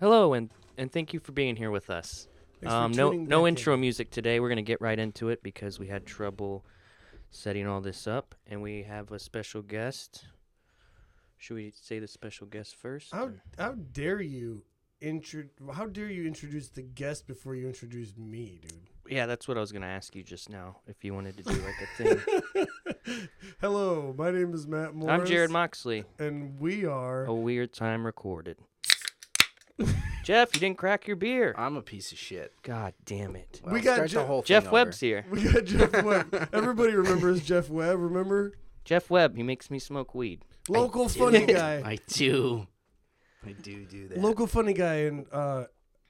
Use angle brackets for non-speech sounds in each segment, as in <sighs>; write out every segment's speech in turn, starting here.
Hello, and and thank you for being here with us. Thanks for Um, no tuning no back intro in. music today. We're gonna get right into it because we had trouble setting all this up, and we have a special guest. Should we say the special guest first? How or- how dare you intro? How dare you introduce the guest before you introduce me, dude? Yeah, that's what I was gonna ask you just now. If you wanted to do like a <laughs> thing, Hello, my name is Matt Morris. I'm Jared Moxley. and we are. A weird time recorded. Jeff, you didn't crack your beer. I'm a piece of shit. God damn it. Well, We got start Je- the whole thing Jeff over. Webb's here. <laughs> We got Jeff Webb. Everybody remembers Jeff Webb. Remember, Jeff Webb, he makes me smoke weed. local do. funny guy. I do. I do do that. local funny guy and uh,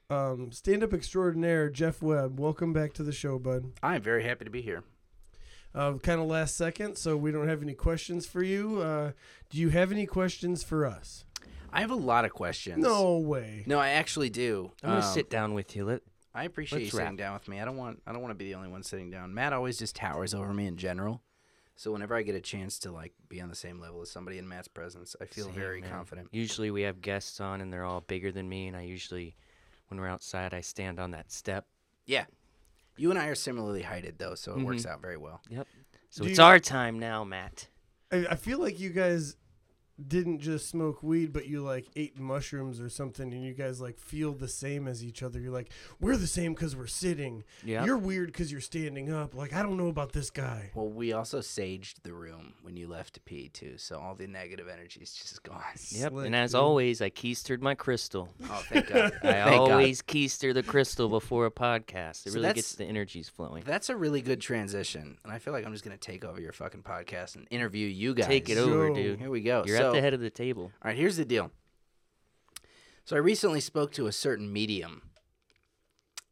um, stand-up extraordinaire Jeff Webb. Welcome back to the show, bud. I'm very happy to be here. Uh, kind of last second, so we don't have any questions for you. Uh, do you have any questions for us? I have a lot of questions. No way. No, I actually do. I'm gonna Oh. Um, sit down with you. Let I appreciate you Let's sitting wrap. down with me. I don't want I don't want to be the only one sitting down. Matt always just towers over me in general. So whenever I get a chance to like be on the same level as somebody in Matt's presence, I feel Same, very man. confident. Usually we have guests on and they're all bigger than me, and I usually, when we're outside, I stand on that step. Yeah. You and I are similarly heighted though, so it Mm-hmm. works out very well. Yep. So Do it's you- our time now, Matt. I, I feel like you guys didn't just smoke weed, but you like ate mushrooms or something, and you guys like feel the same as each other. You're like, we're the same because we're sitting. Yep. You're weird because you're standing up. Like, I don't know about this guy. Well, we also saged the room when you left to pee too, so all the negative energy is just gone. Yep. Slick, and as dude. always, I keistered my crystal. Oh, <laughs> thank God. I Thank God. always keister the crystal before a podcast. It So really that's- gets the energies flowing. That's a really good transition, and I feel like I'm just gonna take over your fucking podcast and interview you guys. Take it over, Yo. dude. Here we go. You're at so, the head of the table. All right, here's the deal. So I recently spoke to a certain medium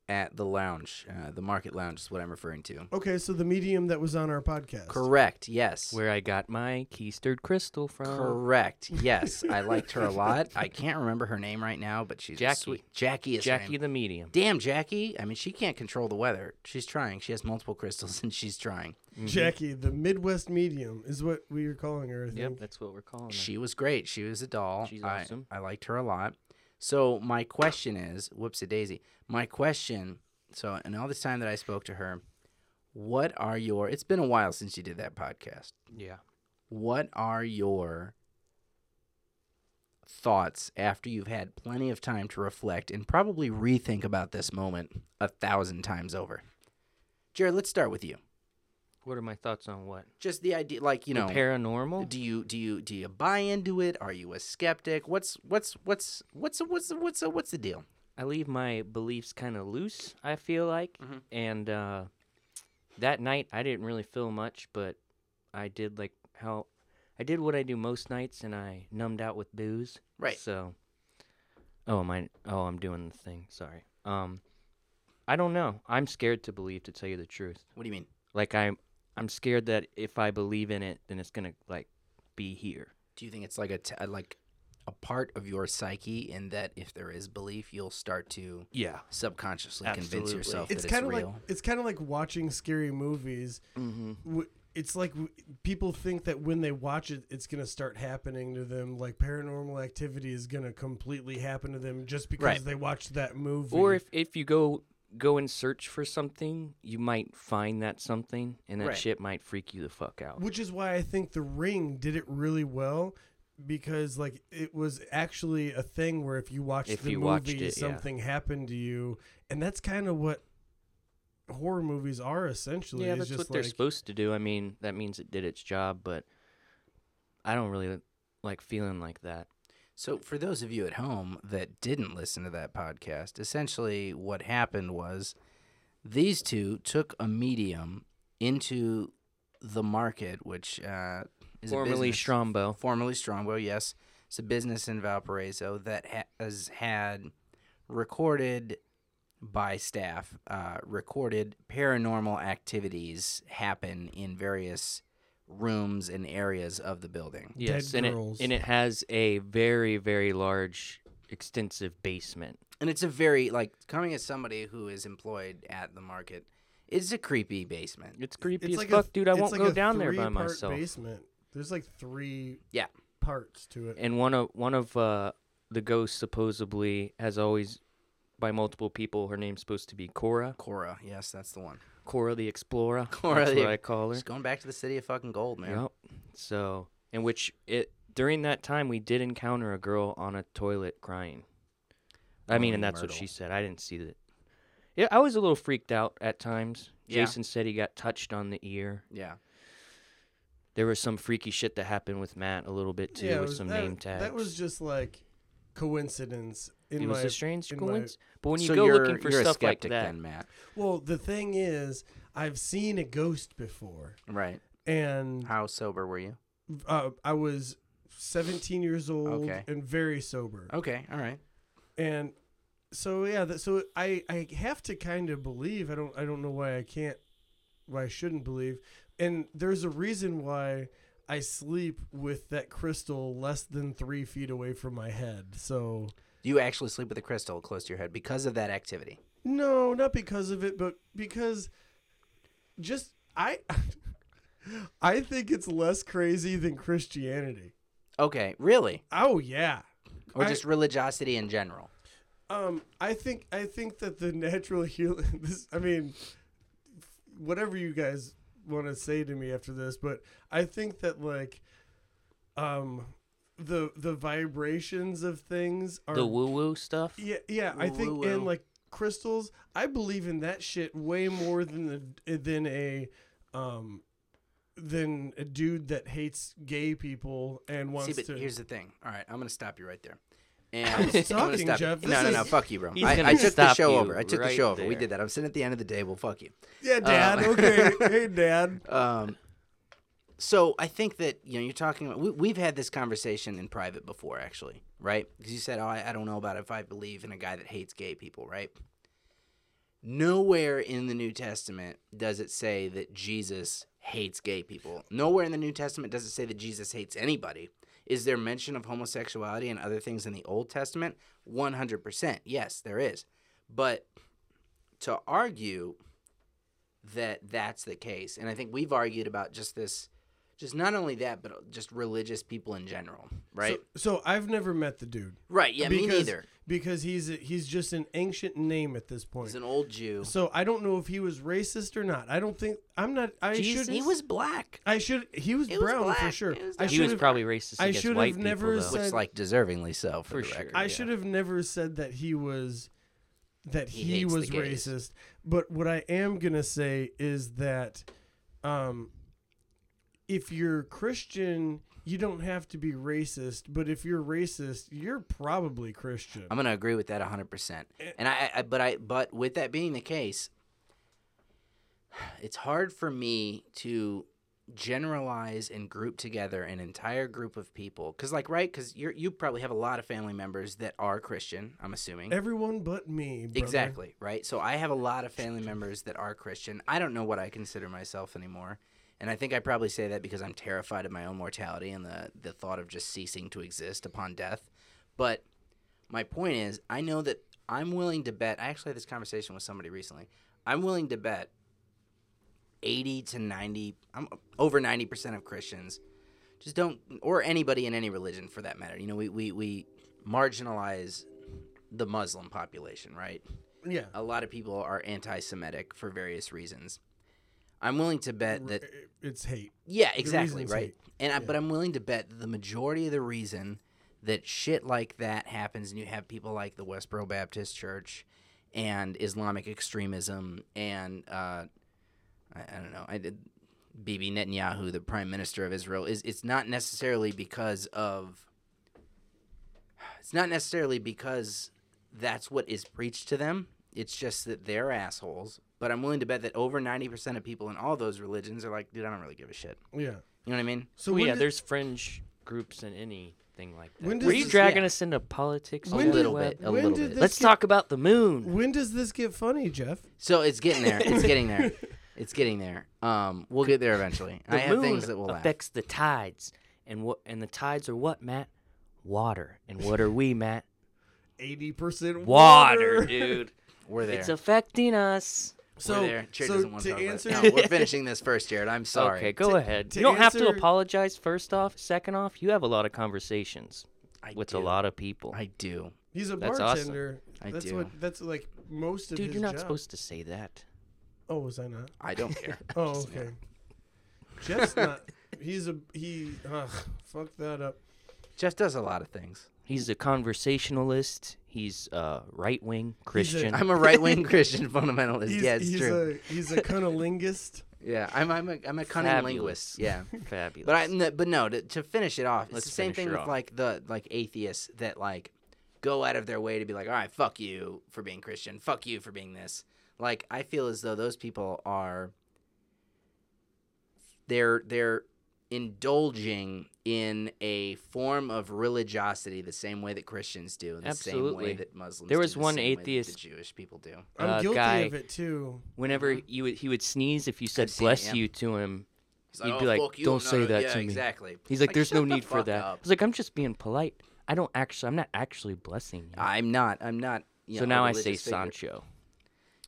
at the lounge, uh, the Market Lounge is what I'm referring to. Okay, so the medium that was on our podcast. Correct. Yes. Where I got my keistered crystal from. <laughs> Correct. Yes, I liked her a lot. I can't remember her name right now, but she's a Jackie. sweet- Jackie is her name. Jackie the medium. Damn, Jackie. I mean, she can't control the weather. She's trying. She has multiple crystals <laughs> and she's trying. Mm-hmm. Jackie, the Midwest medium is what we are calling her. I think. Mm-hmm. Yep, that's what we're calling it. She was great. She was a doll. She's I- awesome. I, liked her a lot. So, my question is whoops a daisy. My question so, in all this time that I spoke to her, what are your, it's been a while since you did that podcast. Yeah. What are your thoughts after you've had plenty of time to reflect and probably rethink about this moment a thousand times over? Jared, let's start with you. What are my thoughts on what? just the idea like you The know paranormal? do you do you do you buy into it are you a skeptic what's what's what's what's what's what's what's the deal I leave my beliefs kind of loose, I feel like. And uh, that night, I didn't really feel much, but I did like how I did what I do most nights, and I numbed out with booze. Right. So, oh, am I? Oh, I'm doing the thing. Sorry. Um, I don't know. I'm scared to believe, to tell you the truth. what do you mean Like I'm, I'm scared that if I believe in it, then it's gonna like be here. do you think it's like a t- like a part of your psyche in that if there is belief you'll start to Yeah. subconsciously convince Absolutely. yourself it's that it's kind of real like it's kind of like watching scary movies. W- It's like w- people think that when they watch it, it's gonna start happening to them. Like paranormal activity is gonna completely happen to them just because Right. they watched that movie. Or if if you go go and search for something, you might find that something, and that Right. shit might freak you the fuck out. which is why I think The Ring did it really well because like it was actually a thing where if you watched If the you movie, watched it, yeah. something happened to you, and that's kind of what horror movies are essentially. yeah, is that's just what they're like- supposed to do. I mean, that means it did its job, but I don't really like feeling like that. So, for those of you at home that didn't listen to that podcast, essentially what happened was these two took a medium into the market, which uh, is Formerly a business, Strombo. formerly Strombo, yes, it's a business in Valparaiso that ha- has had recorded by staff, uh, recorded paranormal activities happen in various rooms and areas of the building. Yes, and girls. it and it has a very very large, extensive basement. and it's a very like coming as somebody who is employed at the market it's a creepy basement It's creepy It's as like fuck, a, dude. I it's won't like go a down there by three-part myself. Basement. There's like three yeah parts to it. and one of one of uh, the ghost supposedly has always, by multiple people, her name's supposed to be Cora. Cora, yes, that's the one. Cora the Explorer. Cora that's the- what I call her. Just going back to the city of fucking gold, man. Yep. So, in which it during that time we did encounter a girl on a toilet crying. I mean, Oh, and that's what Myrtle. she said. I didn't see that. Yeah, I was a little freaked out at times. Yeah. Jason said he got touched on the ear. Yeah. There was some freaky shit that happened with Matt a little bit too, it with was- some that, name tags. That was just like coincidence. In it was my, a strange in my- coincidence. But when you So go you're- looking for you're a stuff like skeptic that, then, Matt. well, the thing is, I've seen a ghost before, Right. and How sober were you? uh, I was 17 years old Okay. and very sober, Mm. Okay. All right. and so yeah, that, so I I have to kind of believe. I don't I don't know why I can't, why I shouldn't believe, and there's a reason why. I sleep with that crystal less than three feet away from my head. So You actually sleep with a crystal close to your head because of that activity. No, not because of it, but because just I <laughs> I think it's less crazy than Christianity. Okay. Really? Oh yeah. Or I- just religiosity in general? Um I think I think that the natural <laughs> healing this I mean whatever you guys want to say to me after this, but I think that like um the the vibrations of things are the woo woo stuff. Yeah, yeah. I think Woo-woo. in like crystals, I believe in that shit way more than the than a um than a dude that hates gay people and See, wants but to. here's the thing. All right, I'm gonna stop you right there. And I'm gonna talking, stop you. Jeff. This No, no, no. is- Fuck you, bro. He's I, gonna I took the stop show you over. I took the right show over. We there. did that. I'm sitting at the end of the table. Fuck you. yeah, Dad. <laughs> Um, okay, hey, Dad. Um, so I think that you know you're talking about. We, we've had this conversation in private before, actually, right? Because you said, "Oh, I, I don't know about if I believe in a guy that hates gay people," right? Nowhere in the New Testament does it say that Jesus hates gay people. Nowhere in the New Testament does it say that Jesus hates anybody. Is there mention of homosexuality and other things in the Old Testament? 100%. Yes, there is. But to argue that that's the case. And I think we've argued about just this, just not only that, but just religious people in general, right? So, so I've never met the dude. right. Yeah, me because- neither. Because he's a, he's just an ancient name at this point. He's an old Jew. So I don't know if he was racist or not. I don't think I'm not. I Jesus? should. He was black, I should. He was He was brown for black. sure. He was I not- he was should've- probably racist I against should've white never people. Though. said- which like deservingly so for, For the sure. record. I Yeah. should have never said that he was that He he, hates the was gays. racist. But what I am gonna say is that um, if you're Christian, you don't have to be racist. But if you're racist, you're probably Christian. I'm gonna agree with that 100. percent And I, I, but I, but with that being the case, it's hard for me to generalize and group together an entire group of people because, like, right? Because you you probably have a lot of family members that are Christian. I'm assuming. Everyone but me. brother. Exactly, right? So I have a lot of family members that are Christian. I don't know what I consider myself anymore. And I think I probably say that because I'm terrified of my own mortality and the, the thought of just ceasing to exist upon death. But my point is, I know that I'm willing to bet. I actually had this conversation with somebody recently. I'm willing to bet 80 to 90, I'm over 90% of Christians just don't, or anybody in any religion for that matter. You know, we, we, we marginalize the Muslim population, right? Yeah. a lot of people are anti-Semitic for various reasons. I'm willing to bet that It's hate. yeah, exactly reasons right. hate. And I, but I'm willing to bet that the majority of the reason that shit like that happens, and you have people like the Westboro Baptist Church and Islamic extremism, and uh, I, I don't know, I did. Bibi Netanyahu, the prime minister of Israel, is it's not necessarily because of it's not necessarily because that's what is preached to them. It's just that they're assholes. But I'm willing to bet that over 90% of people in all those religions are like, dude, I don't really give a shit. Yeah. You know what I mean? So Well, when yeah, did- there's fringe groups and anything like that. When does Were you this- dragging yeah. us into politics? When on did- the little web? bit, a when little did bit. this Let's get- talk about the moon. When does this get funny, Jeff? So it's getting there. It's getting there. It's getting there. Um, we'll get there eventually. The I have moon things that will laugh. affects the tides, and what and the tides are what, Matt? Water. And what are we, Matt? Eighty percent Water, dude. We're there. It's affecting us. <laughs> So, We're there. Jared so doesn't want to to talk answer about it. No, we're finishing this first, Jared. I'm sorry. Okay, go ahead. to you don't have to answer- apologize. First off, second off, you have a lot of conversations. I with a do. lot of people. I do. He's a That's awesome. bartender. I that's do. what that's like most of Dude, his you're not job. supposed to say that. Oh, was I not? I don't care. Oh, Just- okay. Jeff's not. He's a he. Ugh, fuck that up. Jeff does a lot of things. He's a conversationalist. He's uh, right wing Christian. I'm a right wing Christian fundamentalist. He's, yeah, it's he's true. A, he's a <laughs> cunnilingus. yeah, I'm I'm a I'm a cunning Fabulous. linguist. Yeah. Fabulous. <laughs> But I n- but no to, to finish it off. Let's it's the same finish thing her with off. like the like atheists that like go out of their way to be like, all right, fuck you for being Christian, fuck you for being this. Like I feel as though those people are they're they're indulging in a form of religiosity the same way that Christians do, and the same Absolutely. way that Muslims. There do, was the one same way that atheist- the Jewish people do. I'm Uh, guilty guy- of it too. Whenever you would, he would sneeze, if you said seen it, "bless Mm-hmm. yeah. you" to him, He's "Oh, You'd be like, fuck you, "Don't say that yeah, to me." Exactly. he's like, "There's no shut the need for fuck that." up. He's like, "I'm just being polite. I don't actually. I'm not actually blessing you." I'm not. I'm not. You so know, a now I say religious figure. Sancho.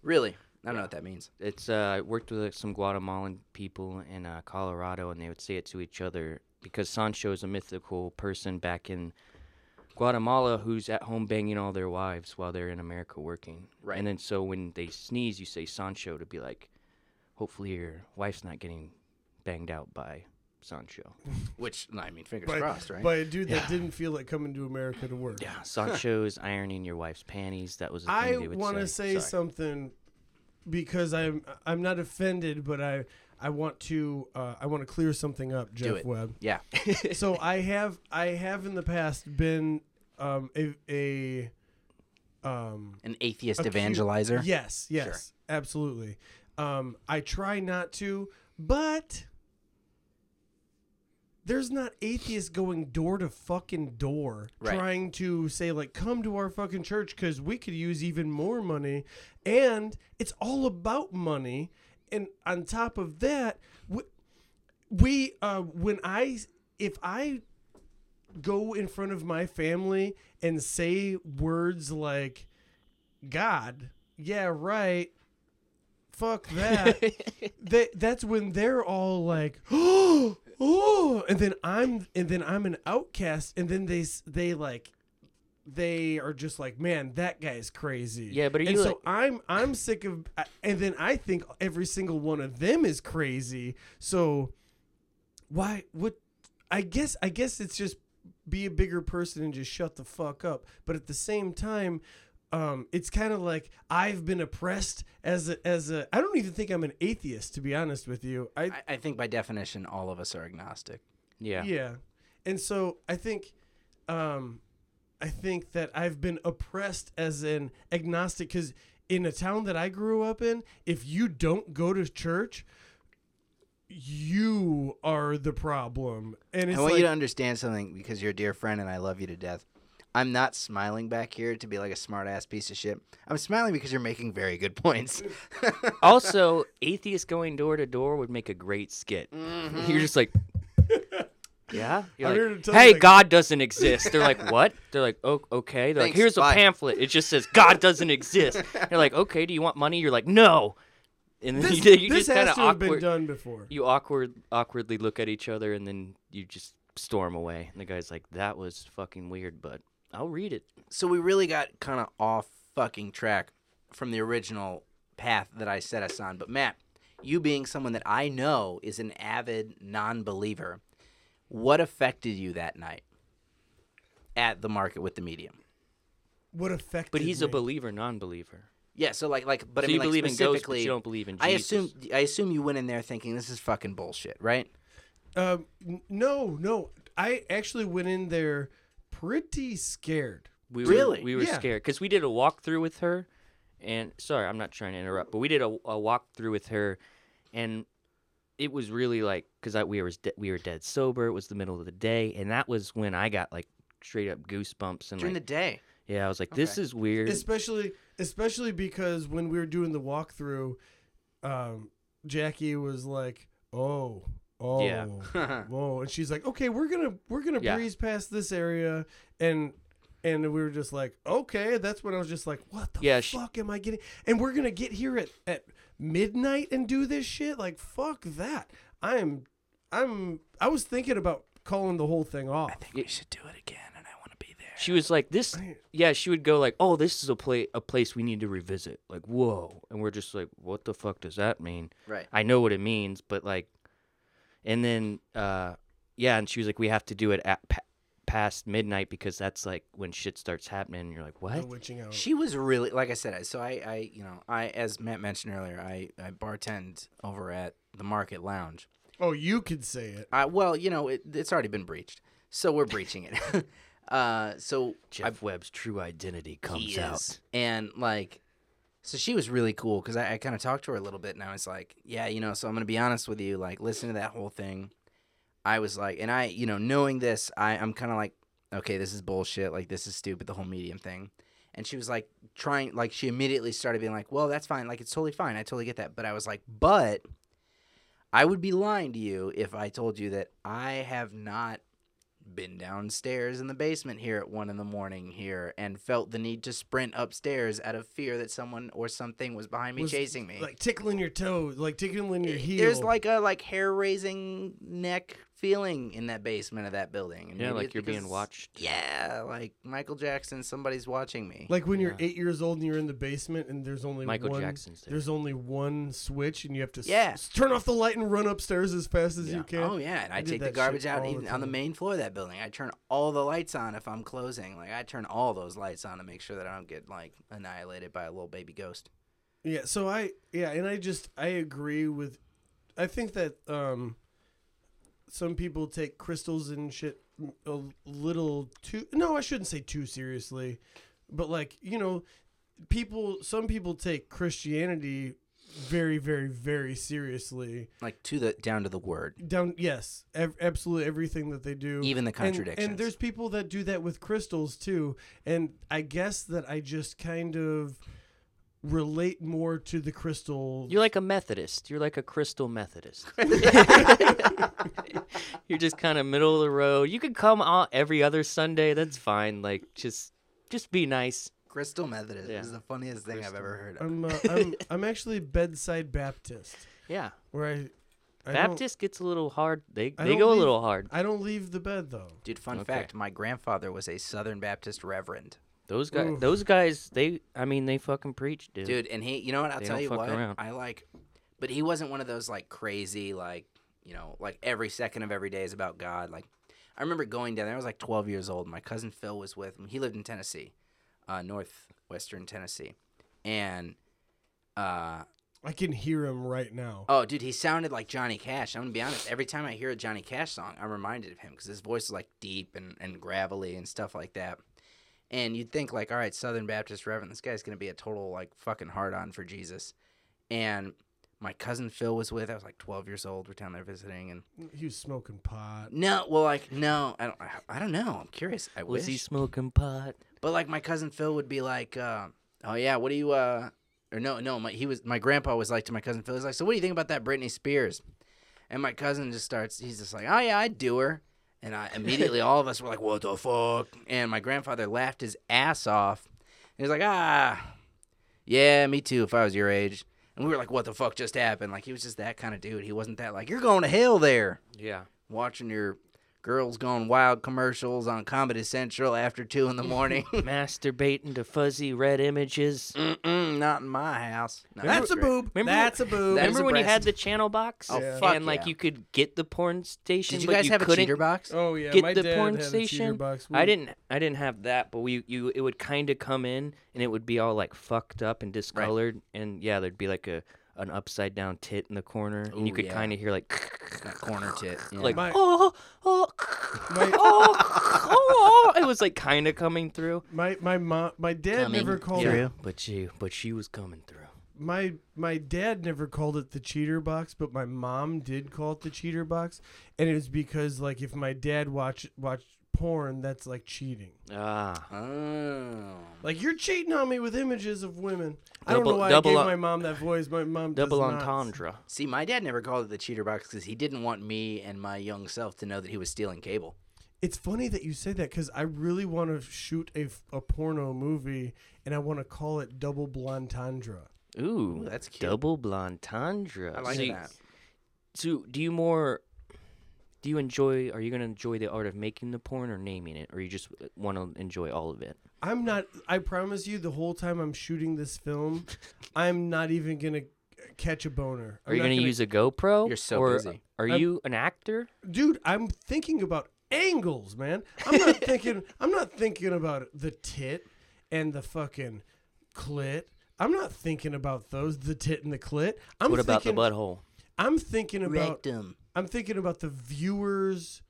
Really? I don't know what that means. It's uh, I worked with like, some Guatemalan people in uh, Colorado, and they would say it to each other because Sancho is a mythical person back in Guatemala who's at home banging all their wives while they're in America working. Right. And then so when they sneeze, you say Sancho to be like, hopefully your wife's not getting banged out by Sancho. <laughs> Which no, I mean, fingers By, crossed, right? by a dude that didn't feel it coming to America to work. Yeah, Sancho's ironing your wife's panties. That was a thing I they would want to say say something because I'm I'm not offended, but I I want to uh, I want to clear something up, Jeff it. Webb. yeah. so I have I have in the past been um, a, a um, An atheist Acute- evangelizer. yes yes absolutely. Um, I try not to, but there's not atheists going door to fucking door Right. trying to say like come to our fucking church because we could use even more money, and it's all about money. And on top of that, we, we uh, when I if I go in front of my family and say words like God, yeah, right. <laughs> Fuck that. that that's when they're all like, <gasps> "Oh, oh," and then I'm and then I'm an outcast and then they s- they like they are just like, "Man, that guy's crazy." Yeah, but are and you so like- I'm I'm sick of I- and then I think every single one of them is crazy. So why what I guess I guess it's just be a bigger person and just shut the fuck up. But at the same time, um, it's kind of like I've been oppressed as a, as a. I don't even think I'm an atheist to be honest with you. I I, I think by definition, all of us are agnostic. Yeah. yeah, and so I think, um, I think that I've been oppressed as an agnostic because in a town that I grew up in, if you don't go to church. You are the problem, and it's I want like, you to understand something because you're a dear friend and I love you to death. I'm not smiling back here to be like a smart ass piece of shit. I'm smiling because you're making very good points. also, atheists going door to door would make a great skit. You're just like, yeah. <laughs> You're Mm-hmm. I'm like, here to tell you hey, that- God doesn't exist. They're <laughs> like, what? They're like, oh, okay. They're like, Thanks, here's bye." a pamphlet. It just says God doesn't exist. You're like, okay. Do you want money? You're like, no. And then <laughs> this, you, <laughs> you this just kind has of to have been awkward. done before. You awkward awkwardly look at each other and then you just storm away. And the guy's like, that was fucking weird, but I'll read it. so we really got kind of off fucking track from the original path that I set us on. But Matt, you being someone that I know is an avid non-believer, what affected you that night at the market with the medium? What affected? But he's a me? believer, non-believer. Yeah, so like like but So I mean you like believe in ghosts, but specifically you don't believe in Jesus. I assume I assume you went in there thinking this is fucking bullshit, right? Um, n- no, no. I actually went in there pretty scared. We Really? Were, we were Yeah. scared because we did a walkthrough with her, and sorry, I'm not trying to interrupt, but we did a, a walkthrough with her, and it was really like because we were de- we were dead sober. It was the middle of the day, and that was when I got like straight up goosebumps and During like the day. yeah, I was like, this Okay. is weird. Especially, especially because when we were doing the walkthrough, um, Jackie was like, "Oh, oh, Yeah. <laughs> whoa," and she's like, "Okay, we're gonna we're gonna Yeah. breeze past this area," and and we were just like, "Okay," that's when I was just like, "What the Yeah, she- fuck am I getting?" And we're gonna get here at at midnight and do this shit. Like, fuck that. I'm I'm I was thinking about calling the whole thing off. think we should do it again and I want to be she was like this yeah she would go like oh this is a play a place we need to revisit like whoa and we're just like what the fuck does that mean Right. i know what it means but like and then uh yeah and she was like we have to do it at pa- past midnight because that's like when shit starts happening and you're like what The witching hour. She was really like I said. I So I, I, you know, I as Matt mentioned earlier, I, I bartend over at the Market Lounge. oh, you could say it. Uh, well, you know, it, it's already been breached, so we're breaching it. <laughs> uh, so jeff webb's true identity comes he out is. And like, so she was really cool because I, I kind of talked to her a little bit, and I was like, yeah, you know, so I'm gonna be honest with you. Like, listen to that whole thing. I was like, and I, you know, knowing this, I, I'm kind of like, okay, this is bullshit. Like, this is stupid. The whole medium thing. And she was like trying, like she immediately started being like, "Well, that's fine. Like it's totally fine. I totally get that." But I was like, "But I would be lying to you if I told you that I have not been downstairs in the basement here at one in the morning here and felt the need to sprint upstairs out of fear that someone or something was behind me Was chasing me. Like tickling your toe, like tickling your heel. There's like a like hair raising neck feeling in that basement of that building. And yeah maybe like it's you're being because- watched Yeah, like Michael Jackson, somebody's watching me. Like when you're Yeah. eight years old and you're in the basement and there's only michael one, jackson's there There's only one switch and you have to s- Yeah. s- turn off the light and run upstairs as fast as Yeah. you can. Oh yeah, and I, I did take the that shit garbage out all the even on the time. main floor of that building. I turn all the lights on if I'm closing. Like I turn all those lights on to make sure that I don't get like annihilated by a little baby ghost. Yeah, so I yeah, and I just I agree with I think that um some people take crystals and shit a little too No, I shouldn't say too seriously, but like, you know, people some people take Christianity very very very seriously. Like to the down to the word, Down yes, ev- absolutely everything that they do. even the And- contradictions. And, there's people that do that with crystals too. And I guess that I just kind of relate more to the crystal. You're like a Methodist. You're like a crystal <laughs> Methodist. <laughs> You're just kind of middle of the road. You could come on every other Sunday. That's fine. Like just just be nice. Crystal Methodist Yeah. is the funniest thing I've ever heard of. I'm, uh, I'm I'm actually bedside Baptist, Yeah. where I, I Don't, Baptist gets a little hard. They I they don't go a leave- little hard. I don't leave the bed though. Dude, fun Okay. fact: my grandfather was a Southern Baptist reverend. Those guys Oof. those guys they I mean they fucking preach, dude. dude. And he, you know what? I'll They tell don't you fuck what. around. I like, but he wasn't one of those like crazy, like you know, like every second of every day is about God. Like, I remember going down there. I was like 12 years old. My cousin Phil was with him. He lived in Tennessee, uh, northwestern Tennessee, and uh, I can hear him right now. oh, dude, he sounded like Johnny Cash. I'm gonna be honest. Every time I hear a Johnny Cash song, I'm reminded of him because his voice is like deep and and gravelly and stuff like that. And you'd think like, all right, Southern Baptist Reverend, this guy's gonna be a total like fucking hard on for Jesus. And my cousin Phil was with. I was like 12 years old. We're down there visiting, and He was smoking pot. no, well, like no, I don't, I don't know. I'm curious. I was wish. he smoking pot? But like my cousin Phil would be like, uh, "Oh yeah, what do you?" Uh, or no, no, my he was my grandpa was like to my cousin Phil. He's like, "So what do you think about that Britney Spears?" And my cousin just starts. He's just like, "Oh yeah, I do her." And I immediately all of us were like, "What the fuck?" And my grandfather laughed his ass off. And he was like, "Ah, yeah, me too. If I was your age." And we were like, "What the fuck just happened?" Like he was just that kind of dude. He wasn't that like you're going to hell there Yeah. watching your girls gone wild commercials on Comedy Central after two in the morning. Masturbating to fuzzy red images. Mm, Mm-mm, not in my house. No, That's a great. boob. Remember- That's a boob. That is Remember when you had breast. the channel box? Oh, Yeah. fuck and like yeah. you could get the porn station. Did you but guys you have a couldn't cheater box? oh yeah, get my the dad porn had a cheater station. box. I didn't I didn't have that, but we you it would kind of come in and it would be all like fucked up and discolored and yeah, there'd be like a an upside down tit in the corner and you Ooh, could yeah. kind of hear like <laughs> That corner tit. yeah. like My- oh oh <laughs> My- oh, oh, oh it was like kind of coming through. My my mom, my dad Coming never called through. it. True. but she but she was coming through. my my dad never called it the cheater box, but my mom did call it the cheater box, and it was because like if my dad watch watched porn, that's like cheating. Ah. oh. Like you're cheating on me with images of women. I Double- don't know why I double gave en- my mom that voice. My mom does Double not. entendre. See, my dad never called it the cheater box because he didn't want me and my young self to know that he was stealing cable. It's funny that you say that because I really want to shoot a, f- a porno movie and I want to call it double blondandra. Ooh, Ooh, that's cute. double entendre. I like so you- that. So do you more do you enjoy? Are you gonna enjoy the art of making the porn or naming it, or you just want to enjoy all of it? I'm not. I promise you, the whole time I'm shooting this film, I'm not even gonna catch a boner. Are you gonna, use a GoPro? You're so or busy. Are I'm- you an actor? dude? I'm thinking about angles, man. I'm not thinking. I'm not thinking about the tit and the fucking clit. I'm not thinking about those. The tit and the clit. I'm what about thinking, the butthole? I'm thinking about. Rectum. I'm thinking about the viewers.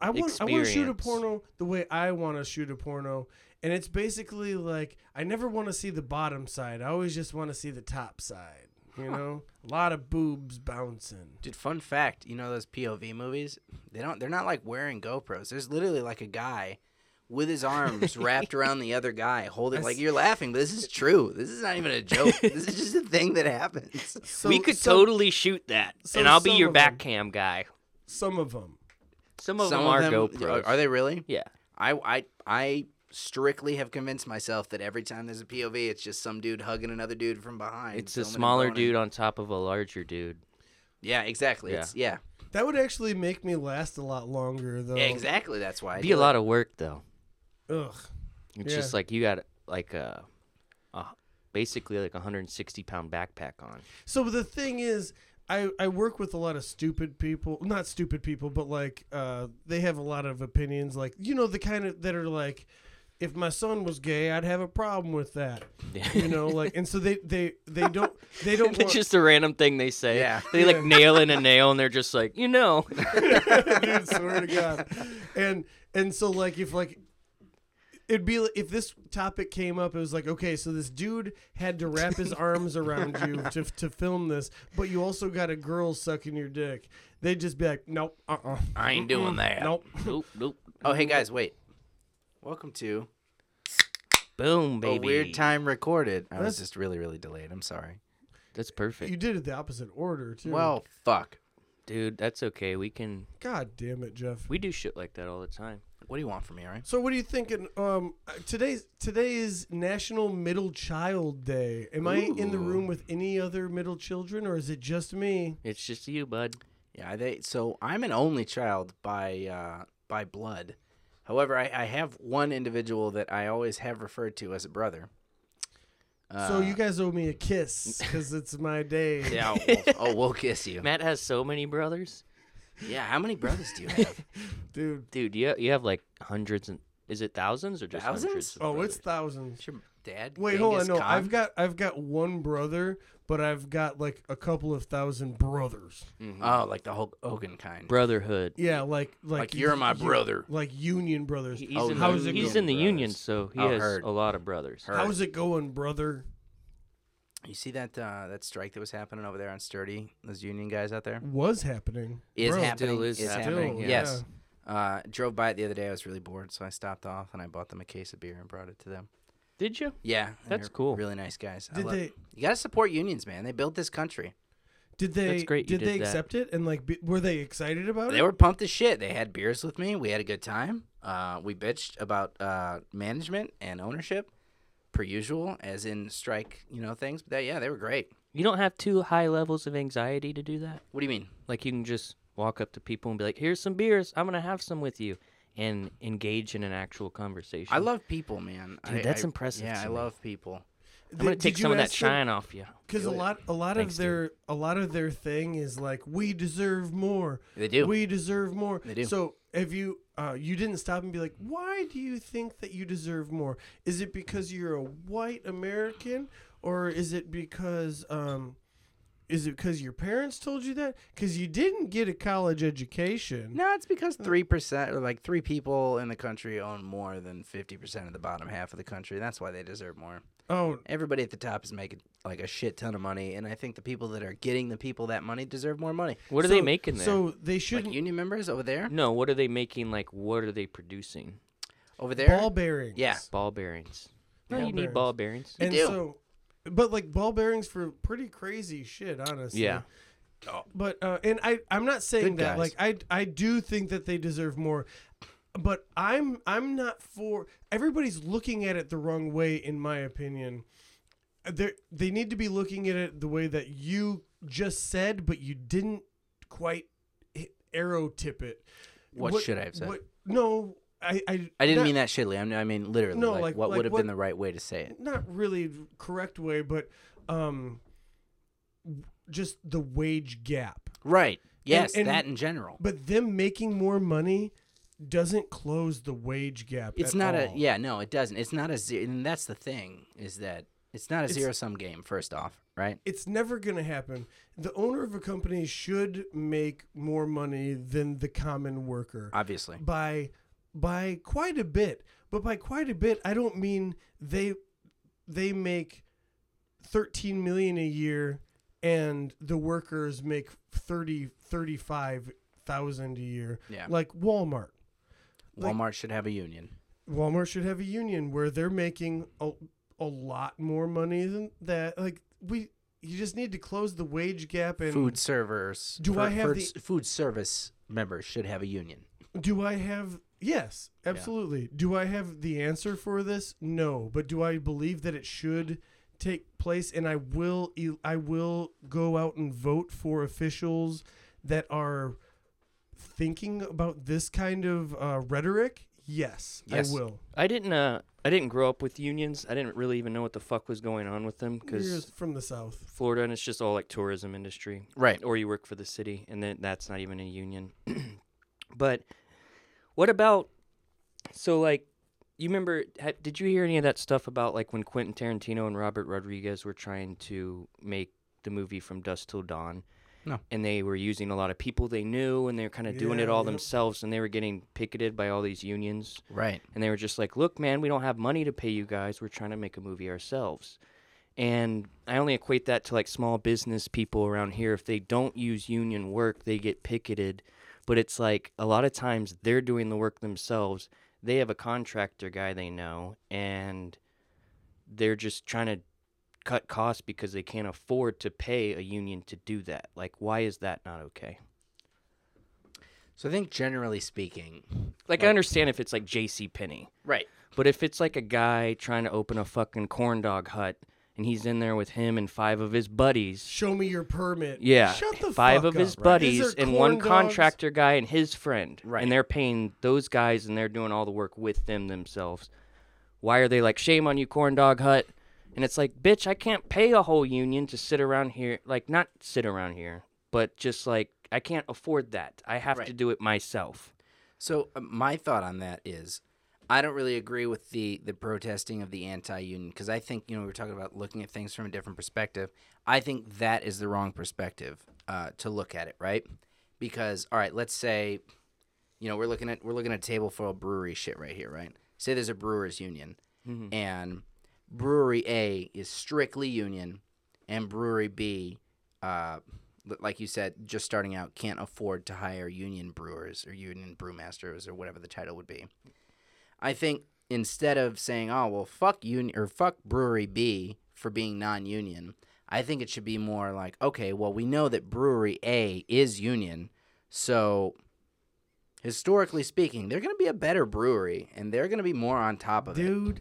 I want I want to shoot a Experience. porno the way I want to shoot a porno, and it's basically like I never want to see the bottom side. I always just want to see the top side. You know, a lot of boobs bouncing. Dude, fun fact, you know those POV movies? They don't they're not like wearing GoPros. There's literally like a guy with <laughs> his arms wrapped around the other guy holding like you're laughing, but this is true. This is not even <laughs> a joke. this is just a thing that happens. So, we could so- totally shoot that, so and I'll be some your of 'em- back cam guy. Some of them. Some of them are GoPros. Are, are they really? Yeah. I I I strictly have convinced myself that every time there's a POV, it's just some dude hugging another dude from behind. It's a filming and smaller boning. dude on top of a larger dude. Yeah, exactly. It's yeah. That would actually make me last a lot longer though. Exactly that's why. I be do a it. lot of work though. Ugh. It's Yeah. just like you got like a, a basically like a 160 pound backpack on. <laughs> So the thing is, I, I work with a lot of stupid people. Not stupid people, but like uh, they have a lot of opinions. Like you know the kind of that are like, if my son was gay, I'd have a problem with that. You know, like and so they they they don't they don't it's want. just a random thing they say. Yeah. They like nail in a nail and they're just like, you <laughs> know. <laughs> Dude, swear to God. And and so like if like. It'd be like- if this topic came up, it was like, okay, so this dude had to wrap his arms around you <laughs> to, to film this, but you also got a girl sucking your dick. They'd just be like, nope, uh uh I ain't doing that. Nope. nope, nope. Oh hey guys, wait. Welcome to Boom, baby. a weird time recorded. I That's- was just really, really delayed. I'm sorry. That's perfect. You did it the opposite order too. Well, fuck. Dude, that's okay. We can God damn it, Jeff. we do shit like that all the time. What do you want from me, all right? So what are you thinking? Um, uh, today's today is National Middle Child Day. Am I in the Ooh. room with any other middle children, or is it just me? It's just you, bud. Yeah, they. So I'm an only child by uh, by blood. However, I, I have one individual that I always have referred to as <laughs> a brother. Uh, so you guys owe me a kiss because it's my day. Yeah. We'll, oh, we'll kiss you. Matt has so many brothers. Yeah. How many brothers do <laughs> you have? dude. Dude, you you have like hundreds and is it thousands or just Thousands? hundreds? of Oh, brothers? it's thousands. Is your dad. Wait, hold on. No, Genghis Khan? I've got I've got one brother, but I've got like a couple of thousand brothers. Oh, like the Hulk Hogan kind. brotherhood. Yeah, like like, Like, you're my u- brother. Like Union brothers. He- He's, Oh, in, how the, is it he's going, in the brothers? union, so he Oh, has heard. a lot of brothers. Heard. How's it going, brother? You see that uh, that strike that was happening over there on Sturdy? Those union guys out there Was happening. is Bro, happening. Still is happening. happening, yeah. Yes. Uh, drove by it the other day. I was really bored, so I stopped off and I bought them a case of beer and brought it to them. Did you? Yeah, and That's they're cool. Really nice guys. I Did love- they- You gotta support unions, man. They built this country. Did they? That's great you Did did they that. accept it and like? Be, were they excited about They it? were pumped as shit. They had beers with me. We had a good time. Uh, we bitched about uh, management and ownership, per usual, as in strike, you know, things. But they, yeah, they were great. You don't have too high levels of anxiety to do that. What do you mean? Like you can just walk up to people and be like, "Here's some beers. I'm gonna have some with you," and engage in an actual conversation. I love people, man. Dude, I- that's I- impressive Yeah, to I me. love people. I'm gonna take some of that shine off you. Because a lot, a lot Thanks, of dude. their, a lot of their thing is like, we deserve more. They do. We deserve more. They do. So have you? Uh, you didn't stop and be like, why do you think that you deserve more? Is it because you're a white American, or is it because? Um, is it because your parents told you that? Because you didn't get a college Mm. education. No, it's because three percent, or like three people in the country, own more than fifty percent of the bottom half of the country. That's why they deserve more. Oh, Everybody at the top is making like a shit ton of money, and I think the people that are getting the people that money deserve more money. What are so- they making there? So they Like shouldn't union members over there, no, what are they making? Like, what are they producing? over there. ball bearings. Yeah. Ball bearings. No, Ball you need ball bearings. and do. so, but like ball bearings for pretty crazy shit, honestly. Yeah. Oh, But uh, and I I'm not saying Good that guys. like I I do think that they deserve more, but I'm I'm not for everybody's looking at it the wrong way in my opinion. They they need to be looking at it the way that you just said, but you didn't quite hit, arrow tip it. What should I have said? no, I I, I didn't not- mean that shittily. I mean, I mean literally. No, like, like- what like would have what- been the right way to say it? not really correct way, but um, just the wage gap. Right. Yes, and- that in general. But them making more money doesn't close the wage gap. It's at not a all. yeah. No, it doesn't. It's not a zero. And that's the thing is that it's not a zero sum game. First off, right? It's never going to happen. The owner of a company should make more money than the common worker. Obviously. by by quite a bit. But by quite a bit, I don't mean they they make 13 million a year and the workers make 30 35,000 a year. Yeah. Like Walmart. like- Walmart should have a union. Walmart should have a union where they're making a, a lot more money than that. Like we you just need to close the wage gap and Food servers. Do I have the- s- food service members should have a union? Do I have yes, absolutely. Do I have the answer for this? No, but do I believe that it should take place and I will e- I will go out and vote for officials that are thinking about this kind of uh, rhetoric? Yes, Yes. I will. I didn't. Uh, I didn't grow up with unions. I didn't really even know what the fuck was going on with them You're because from the south. Florida and it's just all like tourism industry, Right. or you work for the city, and then that's not even a union. <clears throat> but what about? So like, you remember? Ha- did you hear any of that stuff about like when Quentin Tarantino and Robert Rodriguez were trying to make the movie from Dusk Till Dawn? No. And they were using a lot of people they knew, and they were kind of doing Yeah, it all yep. themselves, and they were getting picketed by all these unions Right. and they were just like, "Look, man, we don't have money to pay you guys. We're trying to make a movie ourselves." And I only equate that to like small business people around here. If they don't use union work, they get picketed. But it's like a lot of times they're doing the work themselves. They have a contractor guy they know, and they're just trying to cut costs because they can't afford to pay a union to do that. Like, why is that not okay? So I think generally speaking. Like, I understand if it's like J.C. Penney, Right. But if it's like a guy trying to open a fucking corn dog hut and he's in there with him and five of his buddies, Show me your permit. yeah, Shut the five of fuck his up. buddies Is there and one corn dogs? contractor guy and his friend, Right. and they're paying those guys and they're doing all the work with them themselves. Why are they like shame on you, corn dog hut? And it's like, bitch, I can't pay a whole union to sit around here, like not sit around here, but just like I can't afford that. I have to Right. do it myself. So uh, my thought on that is, I don't really agree with the the protesting of the anti-union because I think you know we were talking about looking at things from a different perspective. I think that is the wrong perspective uh, to look at it, right? Because all right, let's say, you know, we're looking at we're looking at table foil brewery shit right here, right? Say there's a brewers union, and brewery A is strictly union, and brewery B, uh, li- like you said, just starting out, can't afford to hire union brewers or union brewmasters or whatever the title would be. I think instead of saying, "Oh well, fuck union or fuck brewery B for being non-union," I think it should be more like, "Okay, well, we know that brewery A is union, so." Historically speaking, they're going to be a better brewery, and they're going to be more on top of it. dude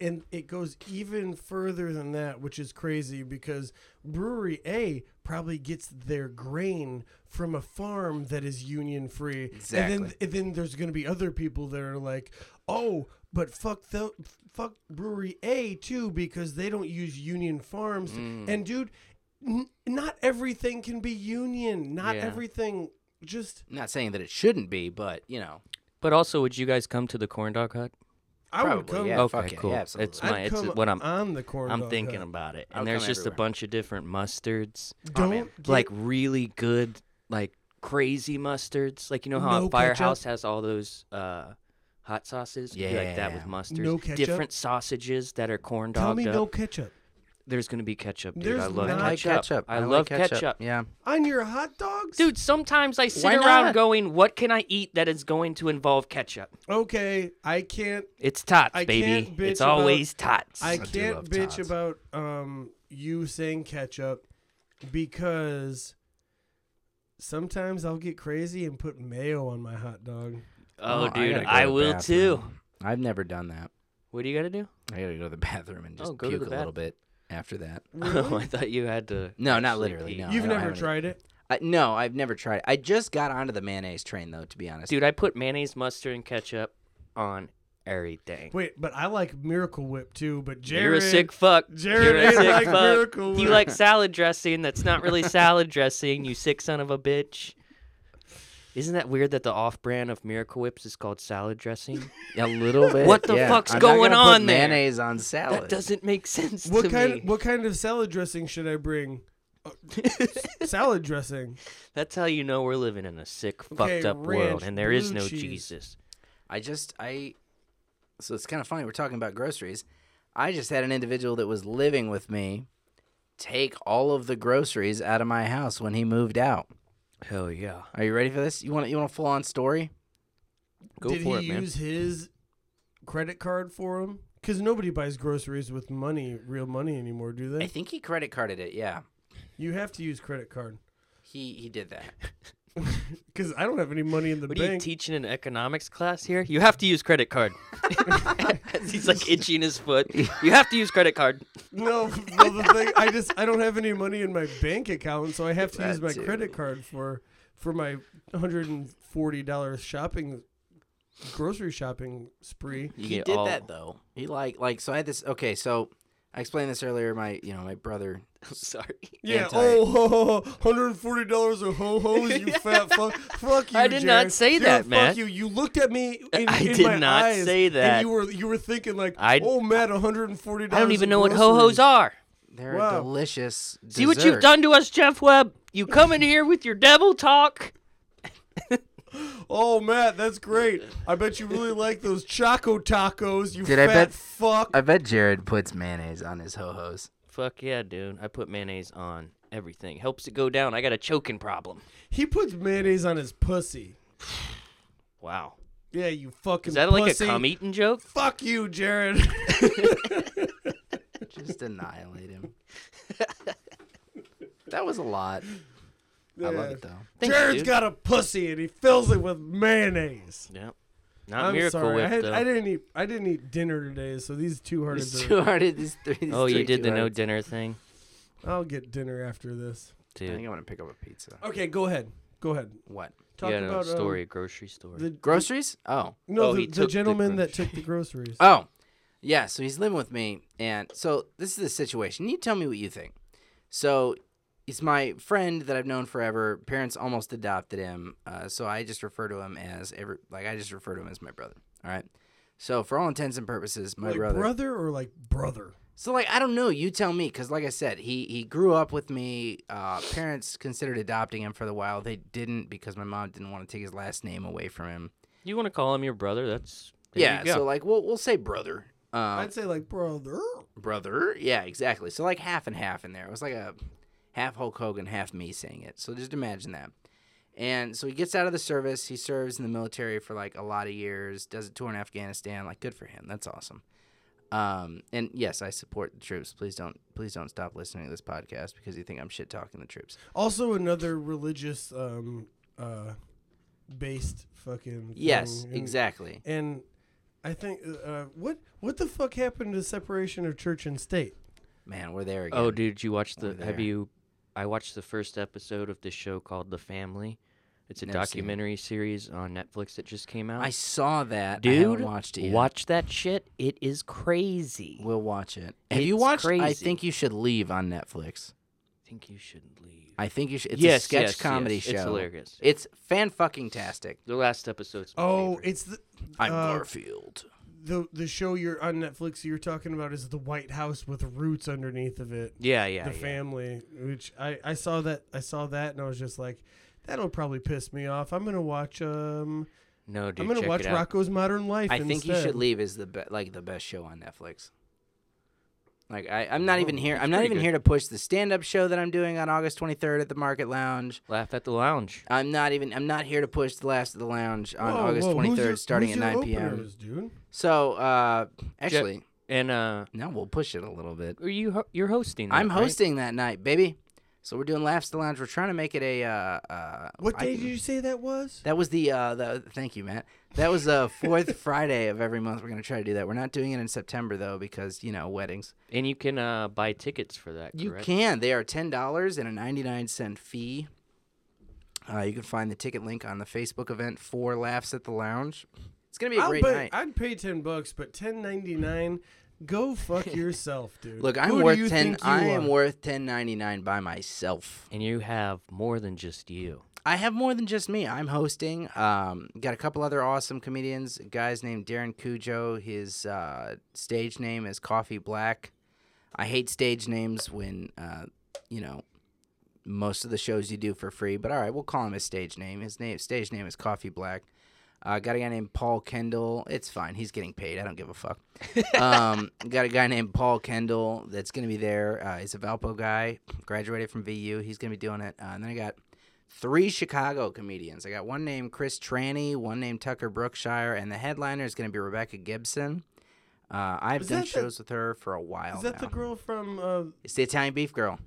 and it goes even further than that which is crazy because brewery a probably gets their grain from a farm that is union free and then, Exactly. and then there's going to be other people that are like oh but fuck the fuck brewery a too because they don't use union farms Mm. and dude n- not everything can be union not Yeah. everything just I'm not saying that it shouldn't be, but you know, But also, would you guys come to the corn dog hut? i would Probably, come yeah. I'd Okay, fuck it. cool. Yeah, absolutely. Oh, it's my, it's come what I'm on the corn I'm dog thinking hunt. about it. I'll And there's come just a everywhere. bunch of different mustards, Oh, don't man. get- like really good, like crazy mustards. Like you know how No a ketchup? Firehouse has all those uh, hot sauces. It'd be like that with Yeah. mustard. No ketchup? Different sausages that are corn Tell dogged me up. no ketchup There's gonna be ketchup, dude. I There's love not- ketchup. I like I, love ketchup. Yeah. on your hot dogs, Dude, sometimes I sit Why around not? going, "What can I eat that is going to involve ketchup?" Okay, I can't. It's tots, I baby. can't bitch It's about- always tots. I do can't love bitch tots. about um you saying ketchup because sometimes I'll get crazy and put mayo on my hot dog. <laughs> oh, Oh, I dude, gotta go I to the will too. bathroom. I've never done that. What do you <laughs> gotta do? I gotta go to the <laughs> bathroom and just Oh, go to puke the a little bit after that. Oh, <laughs> I thought you had to. No, not actually literally, pee. no. I You've don't have never any. tried it? Uh, no, I've never tried. it. I just got onto the mayonnaise train though, to be honest. Dude, I put mayonnaise, mustard, and ketchup on everything. Wait, but I like Miracle Whip too. But Jared, You're a sick fuck. Jared You're a ain't sick like fuck. Miracle You Whip. like salad dressing that's not <laughs> really salad dressing, you sick son of a bitch. Isn't that weird that the off brand of Miracle Whips is called salad dressing? <laughs> A little bit. What the yeah. fuck's I'm not going gonna put on there? Mayonnaise on salad. that doesn't make sense What to kind? me. What kind of salad dressing should <laughs> I bring? Uh, <laughs> salad dressing. That's how you know we're living in a sick, Okay, fucked up ranch, world, and there is blue no cheese. Jesus. I just I so it's kind of funny we're talking about groceries. I just had an individual that was living with me take all of the groceries out of my house when he moved out. Hell yeah. Are you ready for this? You want you want a full on story? Go Did for he it, man. use his credit card for him? Because nobody buys groceries with money, real money anymore, do I they? think he credit carded it. Yeah, You have to use credit card. he he did <laughs> that. Because I don't have any money in the What are you bank. teaching in economics class here? You have to use credit card. <laughs> He's like <laughs> itching his foot. You have to use credit card. <laughs> no, well, the thing I just I don't have any money in my bank account, so I have to use That my too. credit card for for my hundred and forty dollars shopping grocery shopping spree. You he get did all- that though. He like like so I had this. Okay, so I explained this earlier. My you know my brother. I'm sorry. Yeah, Anti- oh, <laughs> ho, ho, ho, $140 of ho ho's, <laughs> you fat fuck. Fuck you. I did not Jared. say Dude, that, fuck Matt. you. You looked at me. In, I in did my not eyes, say that. And you were you were thinking like, I- oh, Matt, $140. I don't even in know what ho groceries. hos are. They're Wow. a delicious. See what you've dessert. done to us, Jeff Webb. You come in here with your devil talk. Oh, Matt, that's great. I bet you really like those Choco Tacos, you Did I fat bet- fuck. I bet Jared puts mayonnaise on his ho hos. Fuck yeah, dude. I put mayonnaise on everything. Helps it go down. I got a choking problem. He puts mayonnaise on his pussy. Wow. Yeah, you fucking Is that like pussy. a cum eating joke? Fuck <laughs> you, Jared. Just annihilate <laughs> him. that was a lot. I love it though. Thanks, Jared's dude. got a pussy and he fills it with mayonnaise. Yep. Not I'm Miracle sorry. Whip, I, had, though. I didn't eat. I didn't eat dinner today, so these two These hearts. Are, two hearted, these three. These oh, you three did the no two-hearted. dinner thing? I'll get dinner after this. I think Dude, I want to pick up a pizza. Okay, go ahead. Go ahead. What? you Talk had about a um, story, a grocery store. the Groceries? Oh, no, Oh, the, he the took the Uh, gentleman that took <laughs> the groceries. oh, yeah. So he's living with me, and so this is the situation. You tell me what you think. So he's my friend that I've known forever. Parents almost adopted him, uh, so I just refer to him as every like I just refer to him as my brother. All right. So for all intents and purposes, my like brother. or like brother. So like I don't know, you tell me cuz like I said, he he grew up with me. Uh parents considered adopting him for the while. They didn't because my mom didn't want to take his last name away from him. you want to call him your brother? That's. there yeah, you go. so like we'll we'll say brother. Uh I'd say like brother. brother. Yeah, exactly. So like half and half in there. It was like a half Hulk Hogan, half me saying it. So just imagine that. And so he gets out of the service. He serves in the military for like a lot of years. Does a tour in Afghanistan. Like good for him. That's awesome. Um, and yes, I support the troops. Please don't, please don't stop listening to this podcast because you think I'm shit talking the troops. Mm, Also another religious um uh based fucking. Yes, mm. thing. And- exactly. And I think uh, what what the fuck happened to separation of church and state? Man, we're there again. Oh, dude, you watched the? Over Have there. you? I watched the first episode of this show called The Family. It's a Never seen it. documentary series on Netflix that just came out. I saw that. I dude, haven't watched it. Yet. watch that shit. It is crazy. We'll watch it. Have you It's watched? I crazy. think you should leave on Netflix. I think you should leave. I think you should. It's Yes, a sketch yes, comedy yes. show. It's hilarious. It's fan fucking tastic. the last episode's my Oh, favorite. it's the I'm uh, Garfield. the the show you're on Netflix you're talking about is the White House with roots underneath of it. yeah, yeah, the yeah. family, which I I saw that I saw that and I was just like, that'll probably piss me off. I'm gonna watch um No, dude, I'm gonna check watch it out. Rocco's Modern Life. I think you instead. should leave is the be- like the best show on Netflix. Like I, I'm Oh, not even here. it's I'm not pretty even good. here to push the stand up show that I'm doing on August 23rd at the Market Lounge. Laugh at the Lounge. I'm not even. I'm not here to push the Last of the Lounge on Whoa, August whoa, who's 23rd, your- starting at who's 9 your p.m. openers, Dude, So uh, actually, And uh, now we'll push it a little bit. are you ho- you're hosting? That, I'm right? hosting that night, baby. So we're doing Laughs the Lounge. We're trying to make it a. Uh, uh, what I day can- did you say that was? That was the uh the thank you, Matt. That was the fourth <laughs> Friday of every month. We're gonna try to do that. We're not doing it in September though because you know weddings. And you can uh, buy tickets for that. You correct? can. They are ten dollars and a ninety nine cent fee. Uh, you can find the ticket link on the Facebook event for Laughs at the Lounge. It's gonna be a I'll great bet- night. I'd pay ten bucks, but ten ninety nine. Go <laughs> fuck yourself, dude. Look, Who I'm do worth you ten. think you I am are? worth ten ninety nine by myself. And you have more than just you. I have more than just me. I'm hosting. Um, got a couple other awesome comedians. A guy's named Darren Cujo. His uh, stage name is Coffee Black. I hate stage names when, uh, you know, most of the shows you do for free. But all right, we'll call him his stage name. His name stage name is Coffee Black. Uh, got a guy named Paul Kendall. It's fine. He's getting paid. I don't give <laughs> a fuck. um, got a guy named Paul Kendall that's going to be there. Uh, he's a Valpo guy, graduated from VU. He's going to be doing it. Uh, and then I got three Chicago comedians. I got one named Chris Tranny, one named Tucker Brookshire, and the headliner is going to be Rebecca Gibson. Uh, I've Is done that the- shows with her for a while. Is that the now. girl from? Uh, It's the Italian Beef Girl.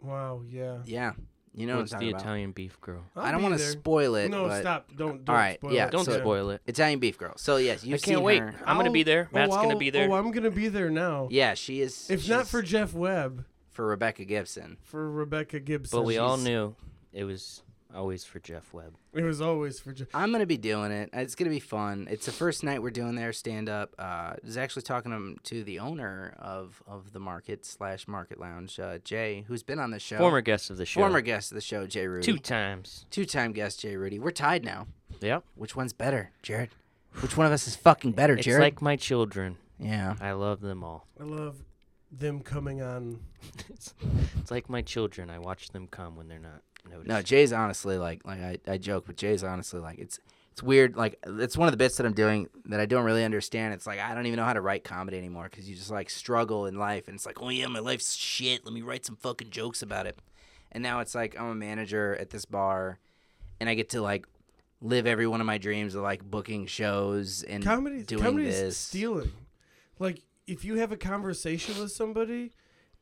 wow, yeah. Yeah, you know What's what I'm the talking about. Italian beef girl? I'll I don't be want to there. spoil it. No, but stop. Don't. don't All right, Spoil yeah, it. Don't so- spoil it. Italian Beef Girl. So yes, I you've can't seen wait. her. I'm gonna I'll- be there. oh, Matt's gonna I'll- be there. Oh, I'm gonna be there now. Yeah, she is. If not she's- for Jeff Webb, for Rebecca Gibson. for Rebecca Gibson. but we all She's- knew it was always for Jeff Webb. It was always for Jeff. I'm gonna be doing it. It's gonna be fun. It's the first night we're doing their stand up. Uh, I was actually talking to, him- to the owner of of the market slash market lounge, uh, Jay, who's been on the show, Former guest of the show. former guest of the show, Jay Rudy, two times. two time guest Jay Rudy. We're tied now. Yep. Which one's better, Jared? Which one of us is fucking better, It's Jared? like my children. yeah. I love them all. <laughs> I love them coming on. it's, it's like my children. I watch them come when they're not noticed. No, Jay's honestly like like I, I joke, but Jay's honestly like it's it's weird. Like it's one of the bits that I'm doing that I don't really understand. It's like I don't even know how to write comedy anymore because you just like struggle in life, and it's like, oh yeah, my life's shit. Let me write some fucking jokes about it. And now it's like I'm a manager at this bar, and I get to like live every one of my dreams of like booking shows and Comedy. Mm, doing comedy this. is stealing. Like if you have a conversation with somebody.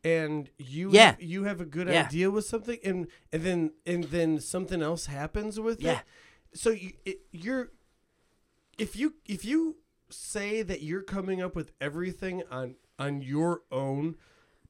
And you Yeah. you have a good Yeah. idea with something, and and then and then something else happens with Yeah. it. So you it, you're if you if you say that you're coming up with everything on on your own,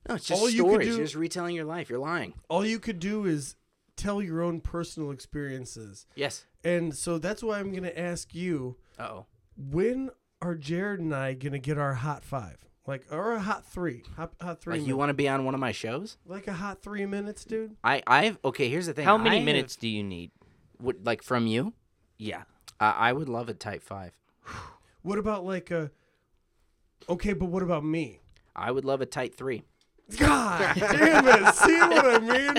No, it's just all you could stories. do- You're just retelling your life. You're lying. all you could do is tell your own personal experiences. Yes. And so that's why I'm going to ask you Oh. when are Jared and I going to get our hot five? Like, or a hot three? Hot, hot three Like minutes. you want to be on one of my shows? like a hot three minutes, dude? I I've okay. Here's the thing. How many I have- minutes do you need? Would like from you? Yeah. Uh, I would love a type five. What about like a. Okay, but what about me? <laughs> I would love a tight three. God damn it! See what I mean?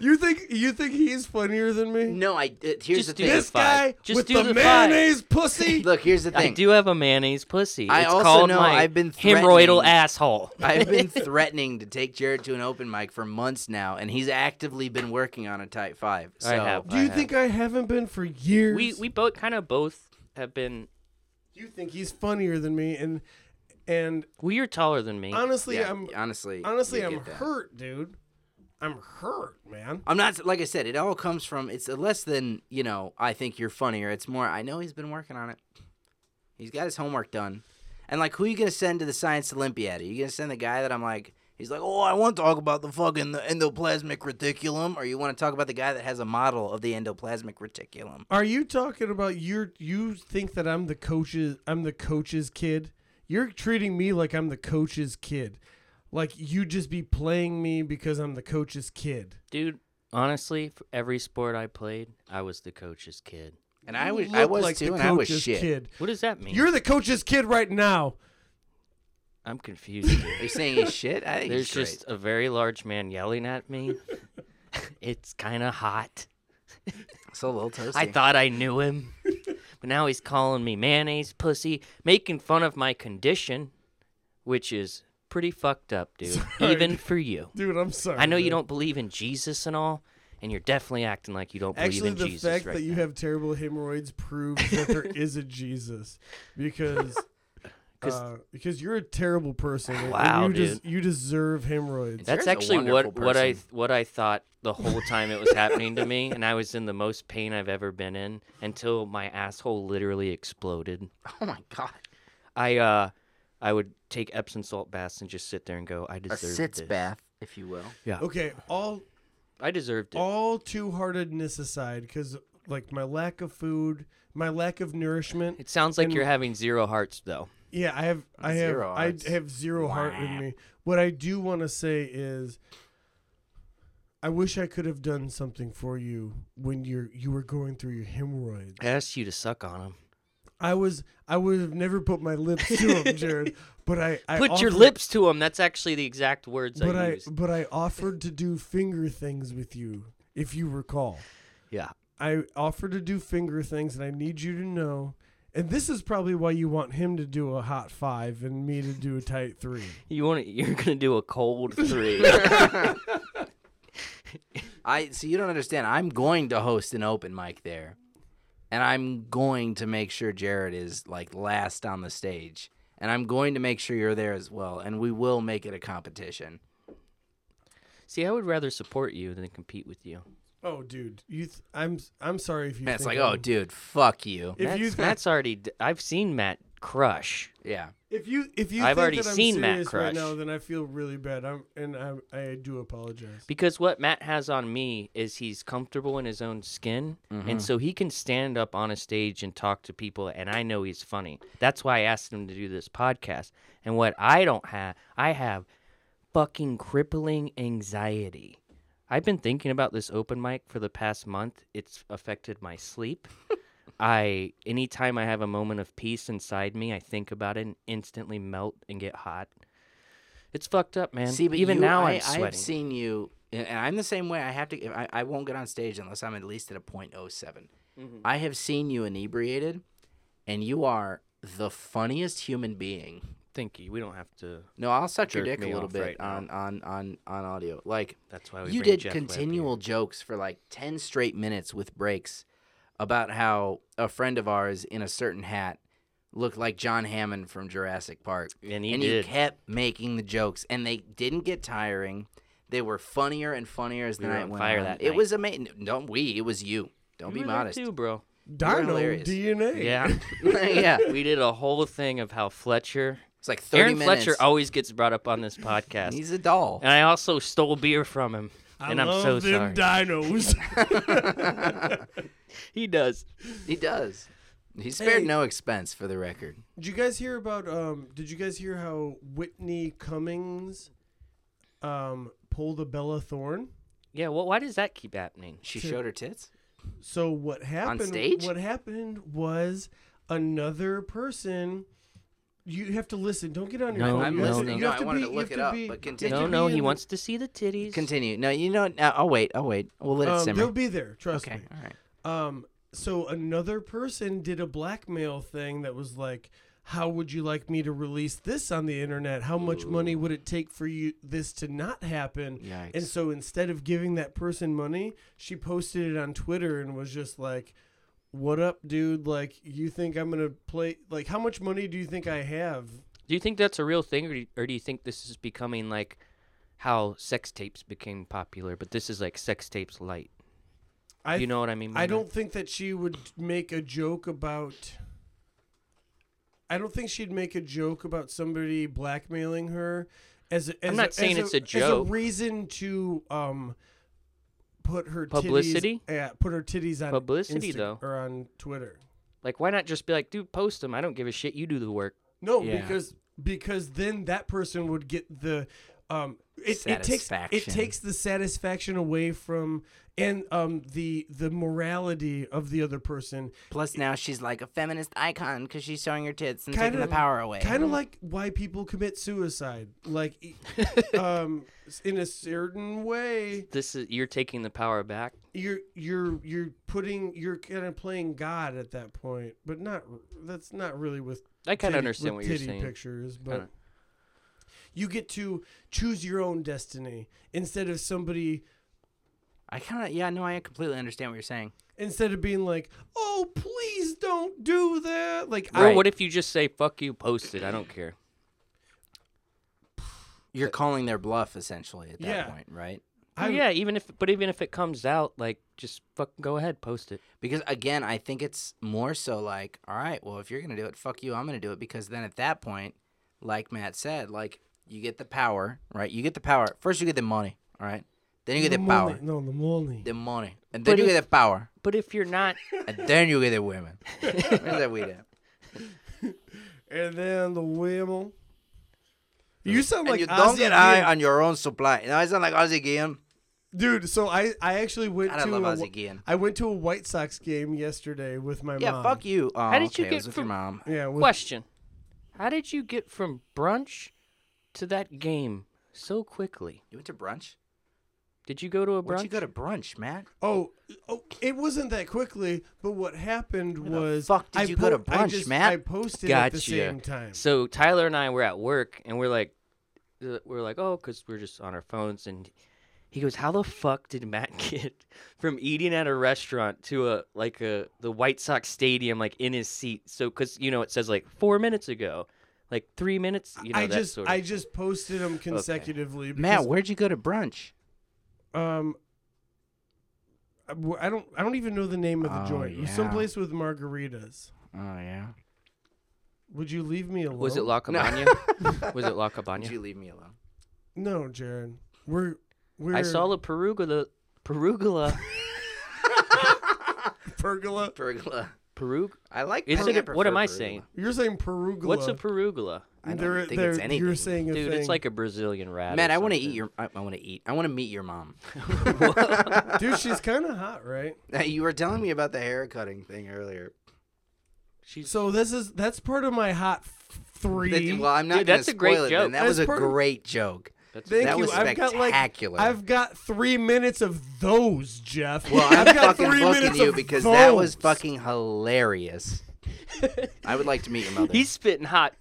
You think you think he's funnier than me? No, I. It, here's Just the do thing. the This five. guy Just with do the, the five. <laughs> mayonnaise pussy. Look, here's the I thing. do have a mayonnaise pussy. I it's also called know my I've been hemorrhoidal threatening- asshole. I've <laughs> been threatening to take Jared to an open mic for months now, and he's actively been working on a type five. So I have. Do you think I haven't been for years? we we both kind of both have been? you think he's funnier than me and and Well, you're taller than me. honestly yeah, i'm honestly, honestly you i'm get that. hurt dude i'm hurt man I'm not like I said. It all comes from it's less than you know. I think you're funnier. It's more. I know he's been working on it. He's got his homework done. And like, who you gonna send to the science Olympiad? Are you gonna send the guy that I'm like? He's like, oh, I want to talk about the fucking the endoplasmic reticulum, or you want to talk about the guy that has a model of the endoplasmic reticulum? are you talking about your you think that i'm the coach's i'm the coach's kid you're treating me like i'm the coach's kid like you just be playing me because i'm the coach's kid dude. Honestly, for every sport I played, I was the coach's kid. And I was, You I look was like the too, and I was coach's shit. kid What does that mean? you're the coach's kid right now I'm confused. dude. <laughs> Are you saying he's shit? I think There's he's great. just a very large man yelling at me. <laughs> it's kind of hot. so little toasty. I thought I knew <laughs> him, but now he's calling me mayonnaise pussy, making fun of my condition, which is pretty fucked up, dude. <laughs> Sorry. Even for you. dude i'm sorry I know you dude. don't believe in Jesus and all, and you're definitely acting like you don't believe Actually, in the Jesus fact right that you now. have terrible hemorrhoids proves that there is <laughs> a Jesus, because 'Cause- uh, because you're a terrible person. and Wow, you you deserve hemorrhoids. That's That- Jared's a actually what wonderful what I person. what I thought the whole time it was happening to me, and I was in the most pain I've ever been in until my asshole literally exploded. <laughs> oh my god, I uh, I would take Epsom salt baths and just sit there and go, I a deserve sitz this. bath, if you will. Yeah. okay, all I deserved it. all two heartedness aside, because like my lack of food, my lack of nourishment. <laughs> It sounds like and- you're having zero hearts, though. Yeah, I have, I have, Zero I hearts. have zero heart in Wah. me. What I do want to say is, I wish I could have done something for you when you're you were going through your hemorrhoids. I asked you to suck on him. I was, I would have never put my lips <laughs> to him, Jared. But I, I Put your offered- lips to him. That's actually the exact words But I I, used. but I offered to do finger things with you, if you recall. Yeah. I offer to do finger things, and I need you to know. And this is probably why you want him to do a hot five and me to do a tight three. You want to, you're gonna do a <laughs> cold three. I see. You don't understand. I'm going to host an open mic there, and I'm going to make sure Jared is like last on the stage, and I'm going to make sure you're there as well, and we will make it a competition. See, I would rather support you than compete with you. Oh, dude, you. Th- I'm s- I'm sorry if you. And it's think like, oh, I'm- dude, fuck you. If Matt's, you th- Matt's already. d- I've seen Matt crush. Yeah. if you if you. I've think already that I'm seen Matt serious crush. right now. Then I feel really bad. I'm and I I do apologize. Because what Matt has on me is he's comfortable in his own skin, Mm-hmm. and so he can stand up on a stage and talk to people, and I know he's funny. That's why I asked him to do this podcast. And what I don't have, I have fucking crippling anxiety. I've been thinking about this open mic for the past month. It's affected my <laughs> sleep. I anytime I have a moment of peace inside me, I think about it and instantly melt and get hot. It's fucked up, man. See, but even you- now I, am sweating. I've seen you, and and I'm the same way. I have to. I, I won't get on stage unless I'm at least at a .07. I have seen you inebriated, and you are the funniest human being. Thank you. We don't have to. No, I'll suck your Jerk dick a me little off bit right now. on, on on on audio. Like That's why we you bring did Jeff Webb here. continual jokes for like ten straight minutes with breaks about how a friend of ours in a certain hat looked like John Hammond from Jurassic Park. And he and did. you kept making the jokes and they didn't get tiring. They were funnier and funnier as the were night on went fire on. that it night. was amazing. Don't we, it was you. Don't You be were there modest. too, bro. Dino hilarious. DNA. Yeah, <laughs> yeah. <laughs> we did a whole thing of how Fletcher, It's like 30 Aaron minutes. Fletcher, always gets brought up <laughs> on this podcast, He's <laughs> a doll. and I also stole beer from him, <laughs> I and I'm love so sorry. them dinos. <laughs> <laughs> he does. He does. He spared Hey. no expense for the record. did you guys hear about? Um, did you guys hear how Whitney Cummings, um, pulled a Bella Thorne? Yeah. Well, why does that keep happening? She Sure. showed her tits. So what happened? stage? What happened was another person. You have to listen. Don't get on your No, phone. I'm You have to- listening. you No, have I to wanted be- to you look have it up, be- but you have to continue. no, be no, in he the- wants to see the titties. Continue. No, you know. No, I'll wait. I'll wait. We'll let it Um, simmer. they'll be there. Trust okay. me. All right. Um, so another person did a blackmail thing that was like, "How would you like me to release this on the internet? How much money would it take for you this to not happen?" Yikes. And so instead of giving that person money, she posted it on Twitter and was just like, "What up, dude? Like, you think I'm gonna play? Like, how much money do you think I have?" Do you think that's a real thing, or do, you, or do you think this is becoming like how sex tapes became popular? But this is like sex tapes light. I you know what I mean? by I that? don't think that she would make a joke about. I don't think she'd make a joke about somebody blackmailing her. As, a, as not a, saying as it's a As joke. a reason to um, put her Publicity? Titties, yeah, put her titties on Publicity, Insta- though. or on Twitter. Like, why not just be like, dude, post them. I don't give a shit. You do the work. No, Yeah. because because then that person would get the um it, it takes it Satisfaction. takes the satisfaction away from and um the the morality of the other person Plus, now she's like a feminist icon because she's showing her tits and Kinda- taking the power away. kind of like why people commit suicide like <laughs> e- um in a certain way This is you're taking the power back. you're you're you're putting you're kind of playing god at that point but not r- that's not really with I kind titty- of understand what with you're titty saying. pictures but Kinda. you get to choose your own destiny instead of somebody I kind of. Yeah. No, I completely understand what you're saying. instead of being like oh please don't do that like Or Right. what if you just say "fuck you," post it. I don't care. You're calling their bluff essentially at that Yeah. point, right? Oh, <clears throat> I, I yeah, even if but even if it comes out, like just fuck, go ahead, post it. Because again, I think it's more so like, all right, well, if you're gonna do it, fuck you, I'm gonna do it. Because then at that point, like Matt said, like you get the power, right? You get the power. First, you get the money, all right? Then you get the money. power, No, the money. the money, and then But you if- get the power, But if you're <laughs> not, and then you get the women. Where's that weed at? And then the whammo. You sound and like "Ah, you Ozzy don't get high Guillen. on your own supply. You know, I sound like "Oh, Ozzy Guillen. Dude, so I I actually went God, I to love a, Ozzy Guillen. I went to a White Sox game yesterday with my Yeah, mom. fuck you. Oh, How did you get okay, it was with from- your mom? Yeah, with, question. How did you get from brunch to that game so quickly? You went to brunch. Did you go to a brunch? Where'd you go to brunch, Matt? Oh, oh, it wasn't that quickly, but what happened the was fuck did I you go to I brunch, just, Matt? I posted at the same time. So Tyler and I were at work, and we're like, uh, we're like, oh, because we're just on our phones. And he goes, "How the fuck did Matt <laughs> get from eating at a restaurant to a like a the White Sox stadium, like in his seat? So because you know it says like four minutes ago, like three minutes. You know I that just sort of. I just posted them consecutively. Matt, Because, where'd you go to brunch? um, I I don't I don't even know the name of the Oh, joint. It was yeah. Someplace with margaritas. Oh yeah. Would you leave me alone? was it <laughs> La Cabana? was it La Cabana? Would you leave me alone? <laughs> No, Jared. We're we're I saw the perugula, perugula, pergola. Pergola. perug. I like. Is pergola. it? I What am prefer I pergola. saying? You're saying perugula. What's a perugula? I don't They're- think it's they're- anything. You're saying a Dude, thing. it's like a Brazilian rat. or Matt, I want to something. eat <laughs> your. I, I want to eat. I want to meet your mom. dude, she's kind of <laughs> hot, right? you were telling me about the hair cutting thing earlier. <laughs> She's So this is that's part of my hot f- three. That- well, I'm not Dude, going to that's a great spoil it. joke. Then. That That's was a part of- great joke. that's Thank that you. was I've got like spectacular. I've got three minutes of those, Jeff. Well, I've I'm got fucking three booking minutes you of because that was those. fucking hilarious. I would like to meet your mother. He's spitting hot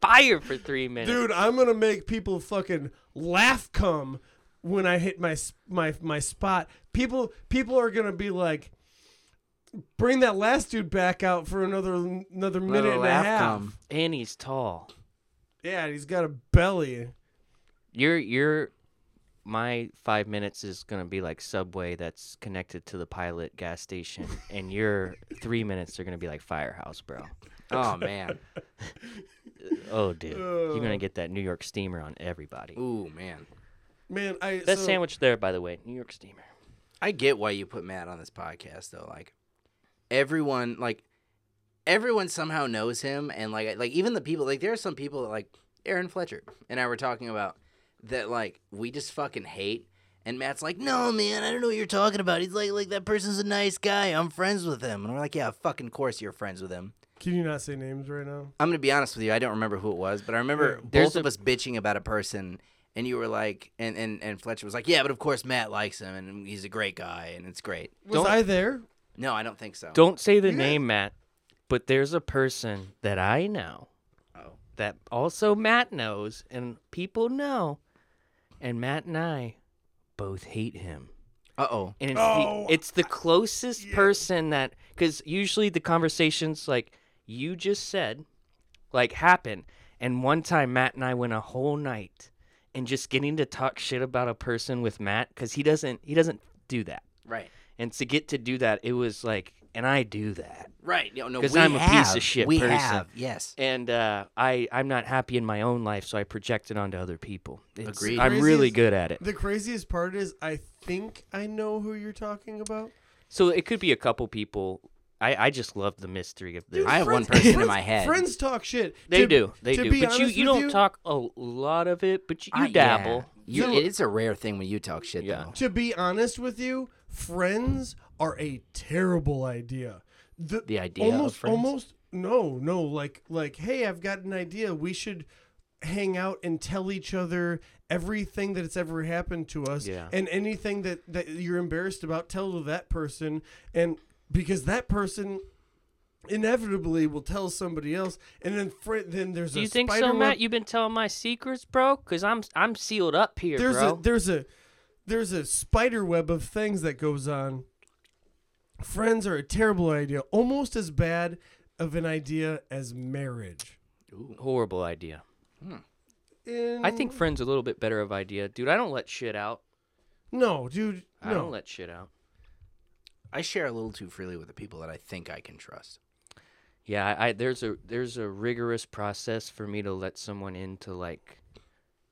fire for three minutes. Dude, I'm gonna make people fucking laugh come when I hit my s- my my spot. People people are gonna be like, bring that last dude back out for another another minute and a laugh half. come. and he's tall. Yeah, and he's got a belly. Your your my five minutes is gonna be like subway that's connected to the pilot gas station, and your three minutes are gonna be like firehouse, bro. Oh man. Oh, dude, you're gonna get that New York steamer on everybody. Ooh man. Man, I Best so, sandwich there, by the way, New York steamer. I get why you put Matt on this podcast though. Like everyone, like everyone somehow knows him, and like like even the people, like there are some people that like Aaron Fletcher and I were talking about that like we just fucking hate. And Matt's like, no, man, I don't know what you're talking about. He's like, like that person's a nice guy. I'm friends with him. And we're like, yeah, fucking course you're friends with him. Can you not say names right now? I'm gonna be honest with you. I don't remember who it was, but I remember There's both of us bitching about a person, and you were like, and, and and Fletcher was like, yeah, but of course Matt likes him, and he's a great guy, and it's great. Was Don't- I there? No, I don't think so. Don't say the name, Matt, but there's a person that I know Oh. that also Matt knows, and people know, and Matt and I both hate him. Uh oh. and it's, Oh, the, it's the closest person that because usually the conversations like you just said like happen and one time matt and i went a whole night and just getting to talk shit about a person with matt because he doesn't he doesn't do that Right. and to get to do that it was like and i do that Right. No. No. 'Cause we I'm a piece of have- shit We person. have. Yes. and uh, I, I'm not happy in my own life, so I project it onto other people. It's- Agreed. I'm really Craziest- good at it. The craziest part is I think I know who you're talking about. So it could be a couple people. I, I just love the mystery of this. I have one person in my head. Friends talk shit. They To- do. They to do. Be But you, honest you with don't talk a lot of it, but you, you I- yeah. dabble. You, No. It is a rare thing when you talk shit. Yeah. Though. To be honest with you, friends are a terrible idea. The, The idea of almost, friends? almost no, no. Like, like, hey, I've got an idea. We should hang out and tell each other everything that it's ever happened to us, Yeah. and anything that that you're embarrassed about, tell to that person, and because that person inevitably will tell somebody else, and then fri then there's Do a you think so, spider web- Matt? You've been telling my secrets, bro? Because I'm I'm sealed up here, there's bro. a there's a there's a spider web of things that goes on. Friends are a terrible idea, almost as bad of an idea as marriage. Horrible idea. And I think friends a little bit better of idea, dude. I don't let shit out. no, dude, I no. don't let shit out. I share a little too freely with the people that I think I can trust. Yeah, I, I there's a there's a rigorous process for me to let someone into like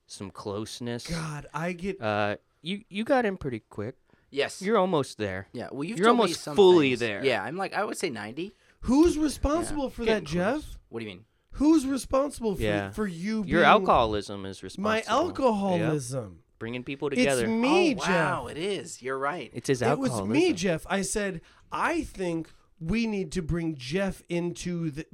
some closeness. God, I get Uh, you you got in pretty quick. Yes. You're almost there. yeah. Well, you've you're told me almost some fully things. there. Yeah. I'm like I would say ninety. Who's responsible for Getting that, Jeff? What do you mean? Who's responsible for Yeah. for you? Your being alcoholism is responsible. My Yep. alcoholism. Bringing people It's together. me, oh, Jeff. wow, it is. You're right. It's his It was alcoholism. me, Jeff. I said, I think we need to bring Jeff into the.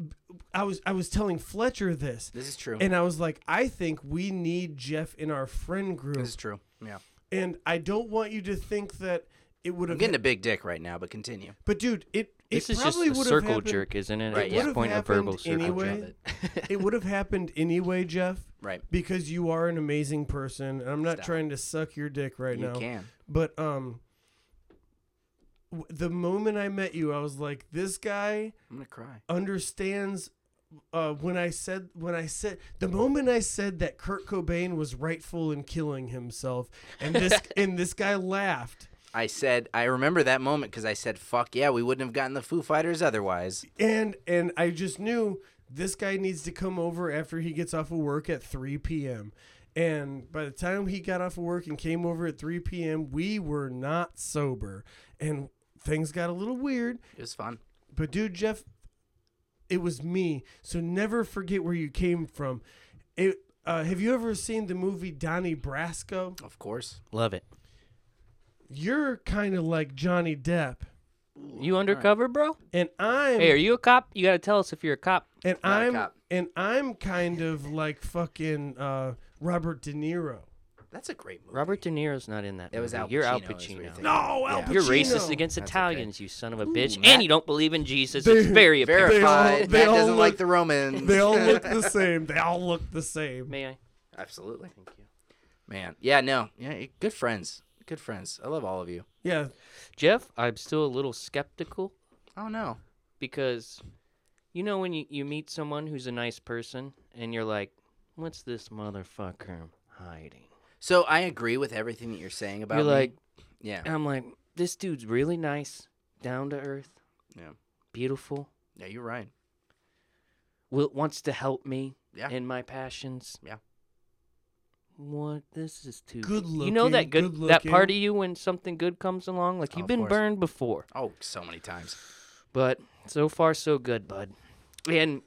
I was I was telling Fletcher this, This is true. and I was like, I think we need Jeff in our friend group, this is true. Yeah. and I don't want you to think that it would I'm have. getting a big dick right now, but continue. but dude, it it This is just probably a would circle have happened. jerk, isn't it? Right, At yeah. this point, a Would've verbal happened circle anyway. <laughs> jerk. <laughs> It would have happened anyway, Jeff, Right. because you are an amazing person, and I'm not Stop. trying to suck your dick right you now. can. But um, w- the moment I met you, I was like, this guy. I'm gonna cry. understands uh, when I said when I said the moment I said that Kurt Cobain was rightful in killing himself, and this and this guy laughed, I said I remember that moment because I said, "Fuck yeah, we wouldn't have gotten the Foo Fighters otherwise." and and I just knew this guy needs to come over after he gets off of work at 3 p.m. And by the time he got off of work and came over at 3 p.m., we were not sober, and things got a little weird. It was fun. But dude, Jeff, it was me. So never forget where you came from. It. Uh, have you ever seen the movie Donnie Brasco? Of course. Love it. You're kind of like Johnny Depp, You undercover, bro? and I'm Hey, are you a cop? You gotta tell us if you're a cop. and Not a I'm cop. and I'm kind of like fucking uh, Robert De Niro. That's a great movie. Robert De Niro's not in that. It was movie. Al You're Al Pacino is what you're Pacino. thinking. No, Al Yeah. You're Pacino. racist against That's okay. Italians, you son of a bitch, Matt- and you don't believe in Jesus. They- It's very apparent. Verified. they Matt all doesn't like look- the Romans. They all look the same. They all look <laughs> the same. May I? Absolutely. Thank you. Man. Yeah. No. Yeah. y- Good friends. Good friends. I love all of you. Yeah, Jeff, I'm still a little skeptical Oh no. because you know when you, you meet someone who's a nice person and you're like, What's this motherfucker hiding? So I agree with everything that you're saying about. You're me. like- Yeah. And I'm like, This dude's really nice, down to earth, Yeah. beautiful, Yeah. You're right. will wants to help me Yeah. in my passions. Yeah. What this is too Good You know that looking, good, good that part of looking. you when something good comes along, like Oh, you've of been course. burned before, Oh, so many times. but so far so good, bud. And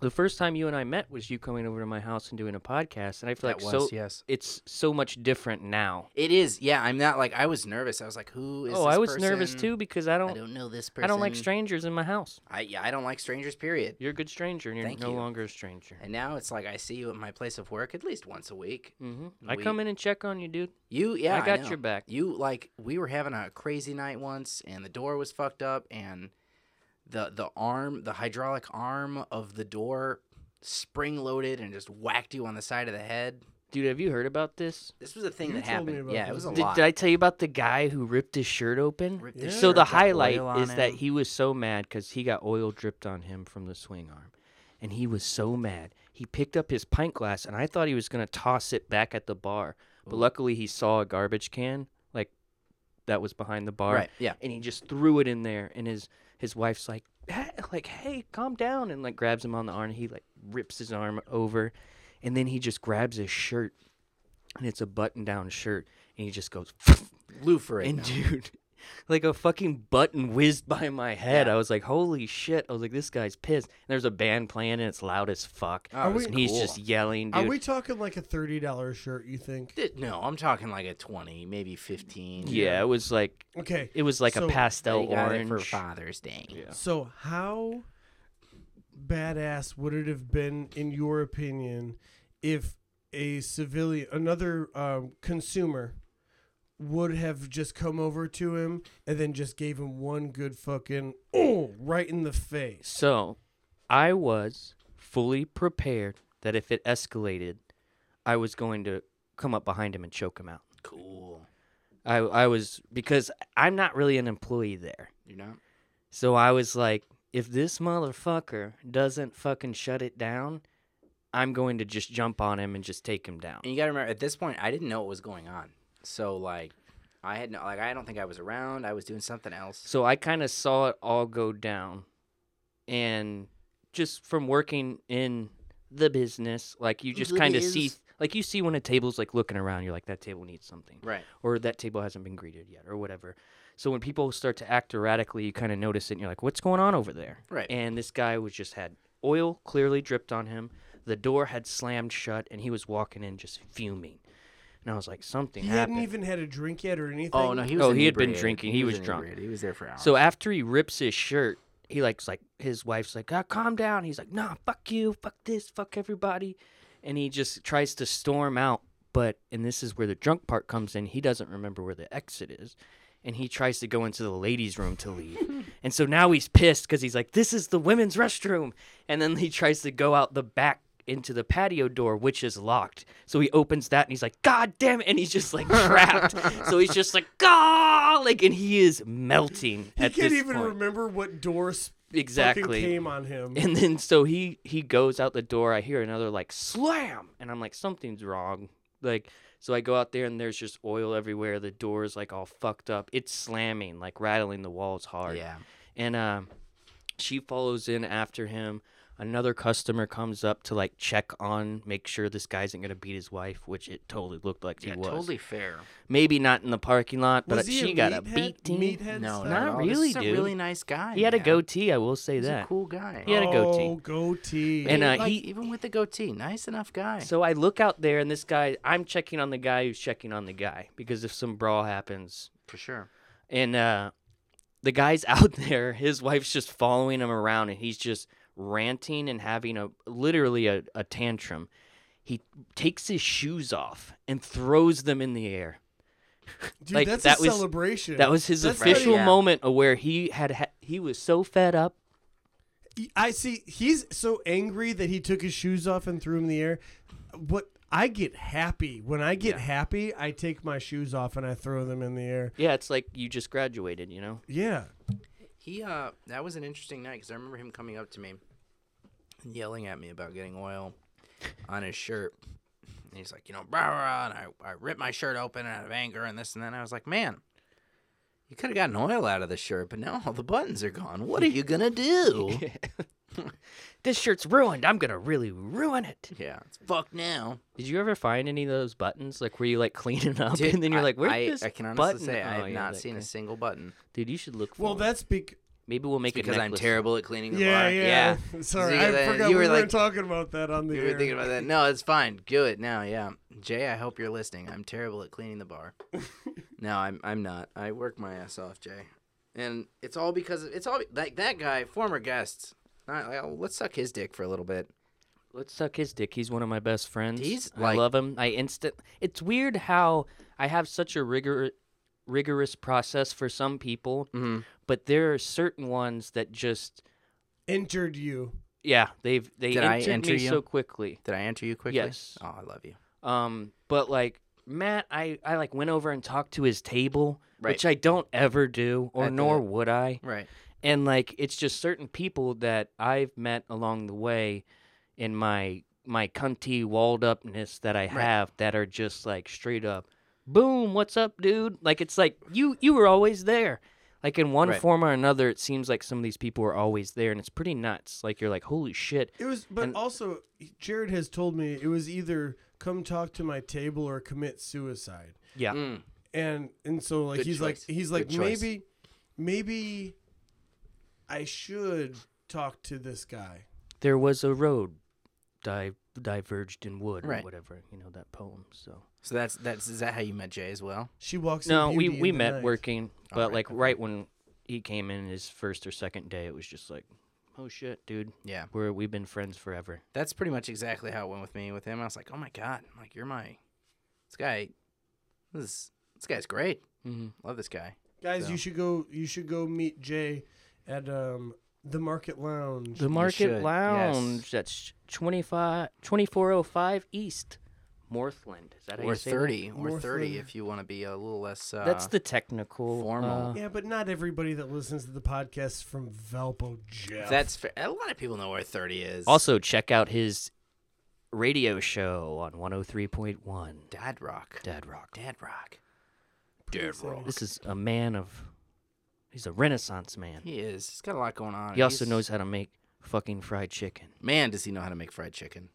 the first time you and I met was you coming over to my house and doing a podcast, and I feel That like was so yes. it's so much different now. It is. Yeah. I'm not like I was nervous. I was like, who is? Oh, this I was nervous person? too because I don't I I don't, don't know this person. like strangers in my house. I yeah. I don't like strangers. Period. You're a good stranger, and you're Thank no you. longer a stranger. And now it's like I see you at my place of work at least once a week. hmm I We- come in and check on you, dude. You yeah, I got know. your back. You like we were having a crazy night once, and the door was fucked up, and the the arm, the hydraulic arm of the door, spring loaded and just whacked you on the side of the head. Dude, have you heard about this? This was a thing You that told me happened. about Yeah, it this. was a Did, lot. did I tell you about the guy who ripped his shirt open? Ripped his So shirt, the got highlight oil on is that him. he was so mad because he got oil dripped on him from the swing arm, and he was so mad. He picked up his pint glass, and I thought he was gonna toss it back at the bar, but luckily he saw a garbage can like that was behind the bar, Right, yeah. and he just threw it in there. And his his wife's like, "Hey," like, hey, calm down, and like grabs him on the arm. And he like rips his arm over, and then he just grabs his shirt, and it's a button down shirt, and he just <laughs> goes. Lou for it. And <laughs> now. dude, like a fucking button whizzed by my head. Yeah. I was like, holy shit. I was like, this guy's pissed. And there's a band playing and it's loud as fuck. Oh, it was and he's cool. just yelling, are dude. we talking like a thirty dollar shirt? You think? Did- no, I'm talking like a twenty, maybe fifteen. yeah, it was like Okay, it was like So- a pastel They got it orange. for Father's Day. Yeah. So how badass would it have been, in your opinion, if a civilian, another um, consumer, would have just come over to him and then just gave him one good fucking oh right in the face? So I was fully prepared that if it escalated, I was going to come up behind him and choke him out. Cool. I I was because I'm not really an employee there. You know? So I was like, if this motherfucker doesn't fucking shut it down, I'm going to just jump on him and just take him down. And you gotta remember, at this point, I didn't know what was going on. So like, I had no like, I don't think I was around. I was doing something else. So I kind of saw it all go down. And just from working in the business, like you just The kind of see biz. like you see when a table's like looking around, you're like that table needs something, Right. or that table hasn't been greeted yet, or whatever. So when people start to act erratically, you kind of notice it, and you're like, "What's going on over there?" Right. And this guy was just had oil clearly dripped on him. The door had slammed shut, and he was walking in just fuming. And I was like, "Something He happened." hadn't even had a drink yet or anything. Oh no, he was. Oh, he had been inebriated. drinking. He was drunk. inebriated. He was there for hours. So after he rips his shirt, he likes like his wife's like, ah, calm down. He's like, nah, fuck you, fuck this, fuck everybody, and he just tries to storm out. But and this is where the drunk part comes in. He doesn't remember where the exit is, and he tries to go into the ladies' room to leave. and so now he's pissed because he's like, this is the women's restroom, and then he tries to go out the back. Into the patio door, which is locked. So he opens that and he's like, God damn it. And he's just like trapped. so he's just like, ah, like, and he is melting he at can't this even point. remember what doors fucking exactly. came on him. And then so he he goes out the door. I hear another like slam, and I'm like something's wrong. Like so I go out there and there's just oil everywhere. The door is like all fucked up. It's slamming, like rattling the walls hard. yeah, And um, she follows in after him. Another customer comes up to like check on, make sure this guy isn't gonna beat his wife, which it totally looked like yeah, he was. totally fair. Maybe not in the parking lot, but Was he she a got a meathead- beating. Meathead No, style? Not at all. This really, is a dude. Really nice guy. He had a man. goatee. I will say He's that. a cool guy. He had a goatee. Oh, goatee. And, uh, Like, he- even with the goatee, nice enough guy. So I look out there, and this guy, I'm checking on the guy who's checking on the guy because if some brawl happens, for sure. and uh, the guy's <laughs> out there, his wife's just following him around, and he's just ranting and having a literally a, a tantrum. He takes his shoes off and throws them in the air. Dude, like, that's that a was- celebration. That was his That's not official even- moment of where he had ha- he was so fed up. I see. He's so angry that he took his shoes off and threw them in the air. What I get happy when I get happy, I take my shoes off and I throw them in the air. Yeah, it's like you just graduated, you know. Yeah, He uh, that was an interesting night because I remember him coming up to me, and yelling at me about getting oil on his shirt. And he's like, you know, blah, blah, blah, and I, I ripped my shirt open out of anger and this and that. And I was like, man, you could have gotten oil out of the shirt, but now all the buttons are gone. What are you gonna do? <laughs> This shirt's ruined. I'm gonna really ruin it. yeah, it's fucked now. Did you ever find any of those buttons? Like, were you like cleaning up, Dude, and then you're I- like, "Where's I, this I can honestly button?" say I Oh, have yeah, not that seen a guy. single button. Dude, you should look. For well, one. that's bec- maybe we'll make It's because a I'm necklace. terrible at cleaning the yeah, bar. yeah, <laughs> Sorry, Because I then forgot you we were were like- talking about that on the You air. were thinking about that. No, it's fine. Do it now. Yeah, Jay, I hope you're listening. I'm terrible at cleaning the bar. no, I'm. I'm not. I work my ass off, Jay, and it's all because it's all like that guy, former guest. Not, like, oh, let's suck his dick for a little bit. Let's suck his dick. He's one of my best friends. He's, I like- love him. I instant. It's weird how I have such a rigor rigorous process for some people, Mhm. but there are certain ones that just Entered you. yeah they've they Did I entered enter me you? so quickly. Did I answer you quickly? Yes. Oh, I love you. Um, but like Matt, I I like went over and talked to his table, Right. which I don't ever do, or At the- nor would I. Right. and like it's just certain people that I've met along the way in my my cunty walled upness that I have that are just like straight up boom what's up dude like it's like you you were always there like in one Right. form or another it seems like some of these people are always there and it's pretty nuts like you're like holy shit It was, but And- also Jared has told me it was either come talk to my table or commit suicide. yeah Mm. and and so like Good he's choice. like he's like Good choice. maybe maybe I should talk to this guy. there was a road di- diverged in wood Right. or whatever you know that poem so So that's that's is that how you met Jay as well? She walks. no in we Beauty we and the met Night. working All but right, like okay. right when he came in his first or second day it was just like oh shit dude Yeah. we're we've been friends forever That's pretty much exactly how it went with me with him. I was like, oh my god, I'm like you're my this guy. This this guy's great. mm-hmm. Love this guy. Guys, So. you should go. You should go meet Jay at um the Market Lounge. the market should, lounge yes. that's 25 2405 east Northland. is that how Or you say that? thirty, or More thirty than- if you want to be a little less. Uh, that's the technical formal. uh, Yeah, but not everybody that listens to the podcast is from Valpo Jeff. That's fair. A lot of people know where 30 is. also check out his radio show on 103.1 Dad Rock. dad rock Dad Rock. Pretty Dead Rock. this is a man of he's a renaissance man He is. He's got a lot going on. he also He's- knows how to make fucking fried chicken Man, does he know how to make fried chicken.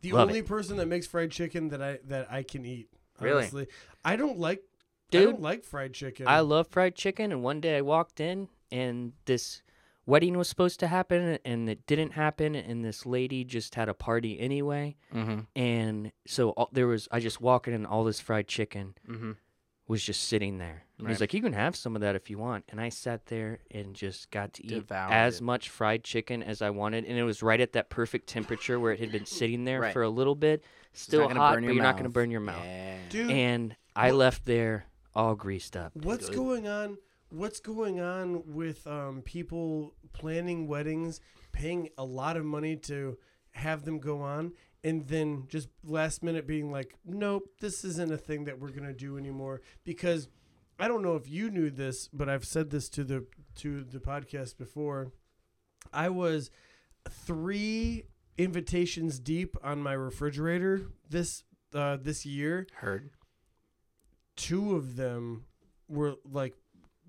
the Love only it. person that makes fried chicken that I that I can eat. Really? Honestly. I don't like I Dude, don't like fried chicken. I love fried chicken, and one day I walked in, and this wedding was supposed to happen, and it didn't happen, and this lady just had a party anyway, Mm-hmm. and so all, there was I just walked in, and all this fried chicken Mm-hmm. was just sitting there. And Right. He's like, "You can have some of that if you want," and I sat there and just got to eat Devoured as it. much fried chicken as I wanted, and it was right at that perfect temperature where it had been sitting there Right. for a little bit, still hot, but you're not going to burn your mouth. Dude, And I What- left there all greased up. what's good. going on? What's going on with um, people planning weddings, paying a lot of money to have them go on, and then just last minute being like, "Nope, this isn't a thing that we're gonna do anymore." Because I don't know if you knew this, but I've said this to the to the podcast before. I was three invitations deep on my refrigerator this uh, this year Heard. two of them were like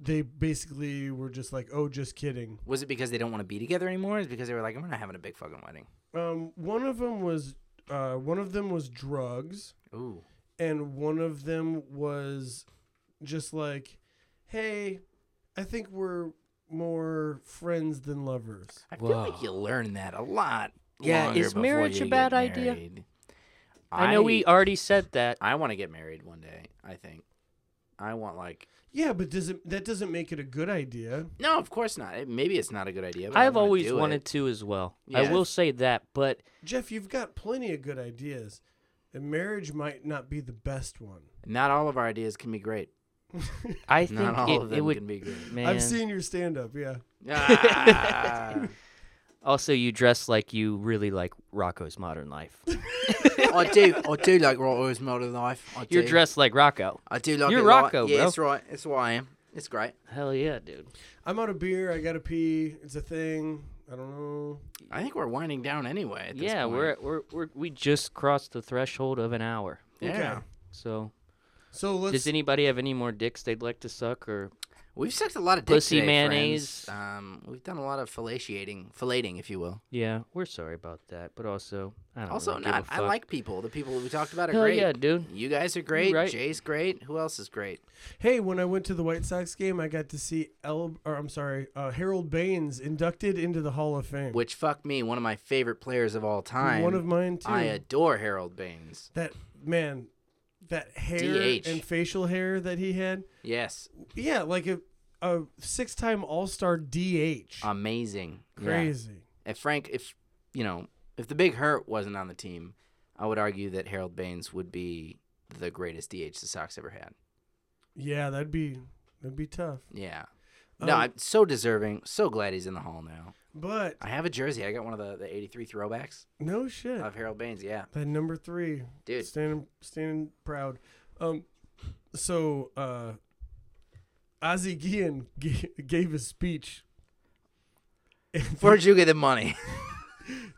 they basically were just like oh just kidding Was it because they don't want to be together anymore? Is it because they were like, we're not having a big fucking wedding. um one of them was uh one of them was drugs Ooh. and one of them was just like hey i think we're more friends than lovers I feel like Whoa. you learn that a lot. Yeah, longer is before marriage a you bad get idea? married. I know we already said that. I want to get married one day. I think. I want like. yeah but does it that doesn't make it a good idea No, of course not. It- maybe it's not a good idea. But I I've wanna always do it. wanted to as well. I Yeah. will say that, but jeff you've got plenty of good ideas and marriage might not be the best one <laughs> Not all of our ideas can be great. I think Not all it, of it them would. can be great. Man. i've seen your stand-up yeah Ah. Also, you dress like you really like Rocco's Modern Life. <laughs> <laughs> I do. I do like Rocco's modern life. I You're do. dressed like Rocco. I do like You're it a lot. Rocco, Yeah, bro. it's right. It's what I am. It's great. Hell yeah, dude. I'm out of beer. I gotta pee. It's a thing. I don't know. I think we're winding down anyway. At this yeah, point. we're, we're we're we just crossed the threshold of an hour. yeah. Okay. So, So let's. does anybody have any more dicks they'd like to suck or We've sucked a lot of dick Pussy today, friends. mayonnaise. Um, we've done a lot of fellatiating, fellating, if you will. Yeah, we're sorry about that, but also I don't also, really give a not. I fuck. like people. The people that we talked about are Hell great. yeah, dude. You guys are great. right. Jay's great. Who else is great? hey, when I went to the White Sox game, I got to see El. Or I'm sorry, uh, Harold Baines inducted into the Hall of Fame. Which fuck me, one of my favorite players of all time. One of mine too. I adore Harold Baines. that man, that hair DH. and facial hair that he had. Yes, Yeah, like a a six time All Star DH. amazing. Um, Yeah. Crazy. If Frank, if you know, if the Big Hurt wasn't on the team, I would argue that Harold Baines would be the greatest DH the Sox ever had. Yeah, that'd be that'd be tough. Yeah. No, Um, I'm so deserving. So glad he's in the Hall now. But I have a jersey. I got one of the, the 83 throwbacks no shit. of Harold Baines. Yeah. That number three, <laughs> Dude. standing standing proud. Um, so uh, Ozzie Guillen g- <laughs> gave a speech. Where'd you get <laughs> the money?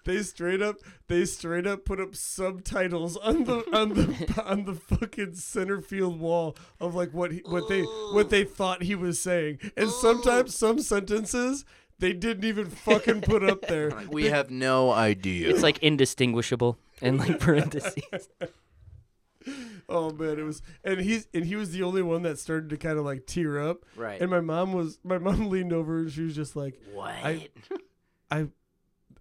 They straight up, they straight up put up subtitles on the on <laughs> the on the fucking center field wall of like what he, what they what they thought he was saying, and sometimes some sentences they didn't even fucking put <laughs> up there. Like, we have no idea. It's like indistinguishable and <laughs> like parentheses. Oh man, it was, and he's and he was the only one that started to kind of like tear up. Right. And my mom was, my mom <laughs> leaned over and she was just like, what? I-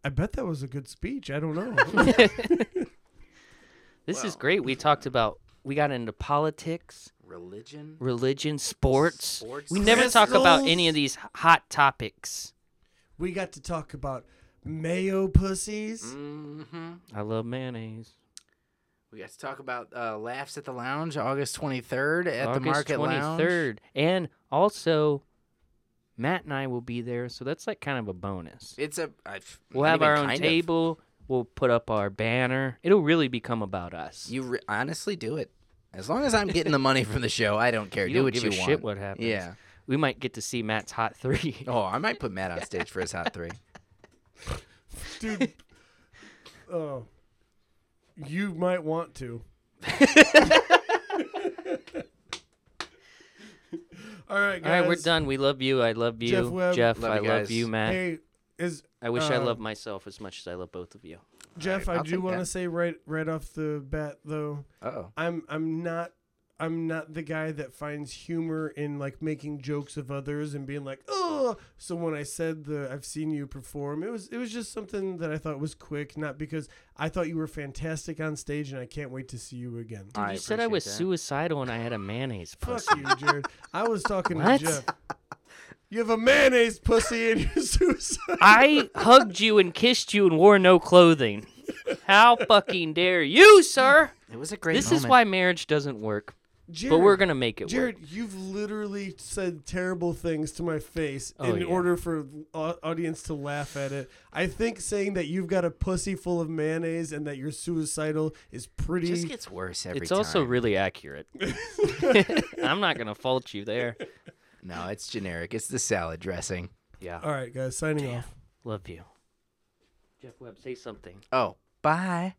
"I bet that was a good speech. I <laughs> don't know." This is Wow. great. We talked about we got into politics, Religion? religion, sports. Sports. We never talk about Crystals. any of these h- hot topics. we got to talk about mayo pussies. Mm-hmm. I love mayonnaise. We got to talk about uh, laughs at the lounge, August 23rd at the August Market Lounge. 23rd. And also Matt and I will be there, so that's like kind of a bonus. It's a. I've, We'll not have even our own kind of. table, we'll put up our banner. It'll really become about us. You re- honestly do it. As long as I'm getting the money from the show, I don't care. You do don't what give you a want. shit what happens. Yeah. We might get to see Matt's hot 3. <laughs> Oh, I might put Matt on stage for his hot three. Dude, oh, you might want <laughs> to. All right, All guys. right, we're done. We love you. I love you. Jeff Webb. Jeff, Love I you love guys. you, Matt. Hey, is I wish I uh, loved myself as much as I love both of you. Jeff, I'll I do take want to that. say right right off the bat though, Oh, I'm I'm not I'm not the guy that finds humor in like making jokes of others and being like, oh. So when I said the I've seen you perform, it was it was just something that I thought was quick, not because I thought you were fantastic on stage and I can't wait to see you again. Dude, I you said I was appreciate suicidal and I had a mayonnaise <sighs> Fuck pussy. you, Jared. I was talking to What? Jeff. You have a mayonnaise pussy and you're <laughs> suicide. I hugged you and kissed you and wore no clothing. How fucking dare you, sir? it was a great. this is moment. why marriage doesn't work, Jared, but we're gonna make it Jared, you've literally said terrible things to my face Oh, in yeah. order for au- audience to laugh at it. I think saying that you've got a pussy full of mayonnaise and that you're suicidal is It pretty. just gets worse every work. It's time. also really <laughs> accurate. <laughs> I'm not gonna fault you there. no, it's generic. It's the salad dressing. Yeah. All right, guys, signing off. Love you. Jeff Webb, say something. Oh, bye.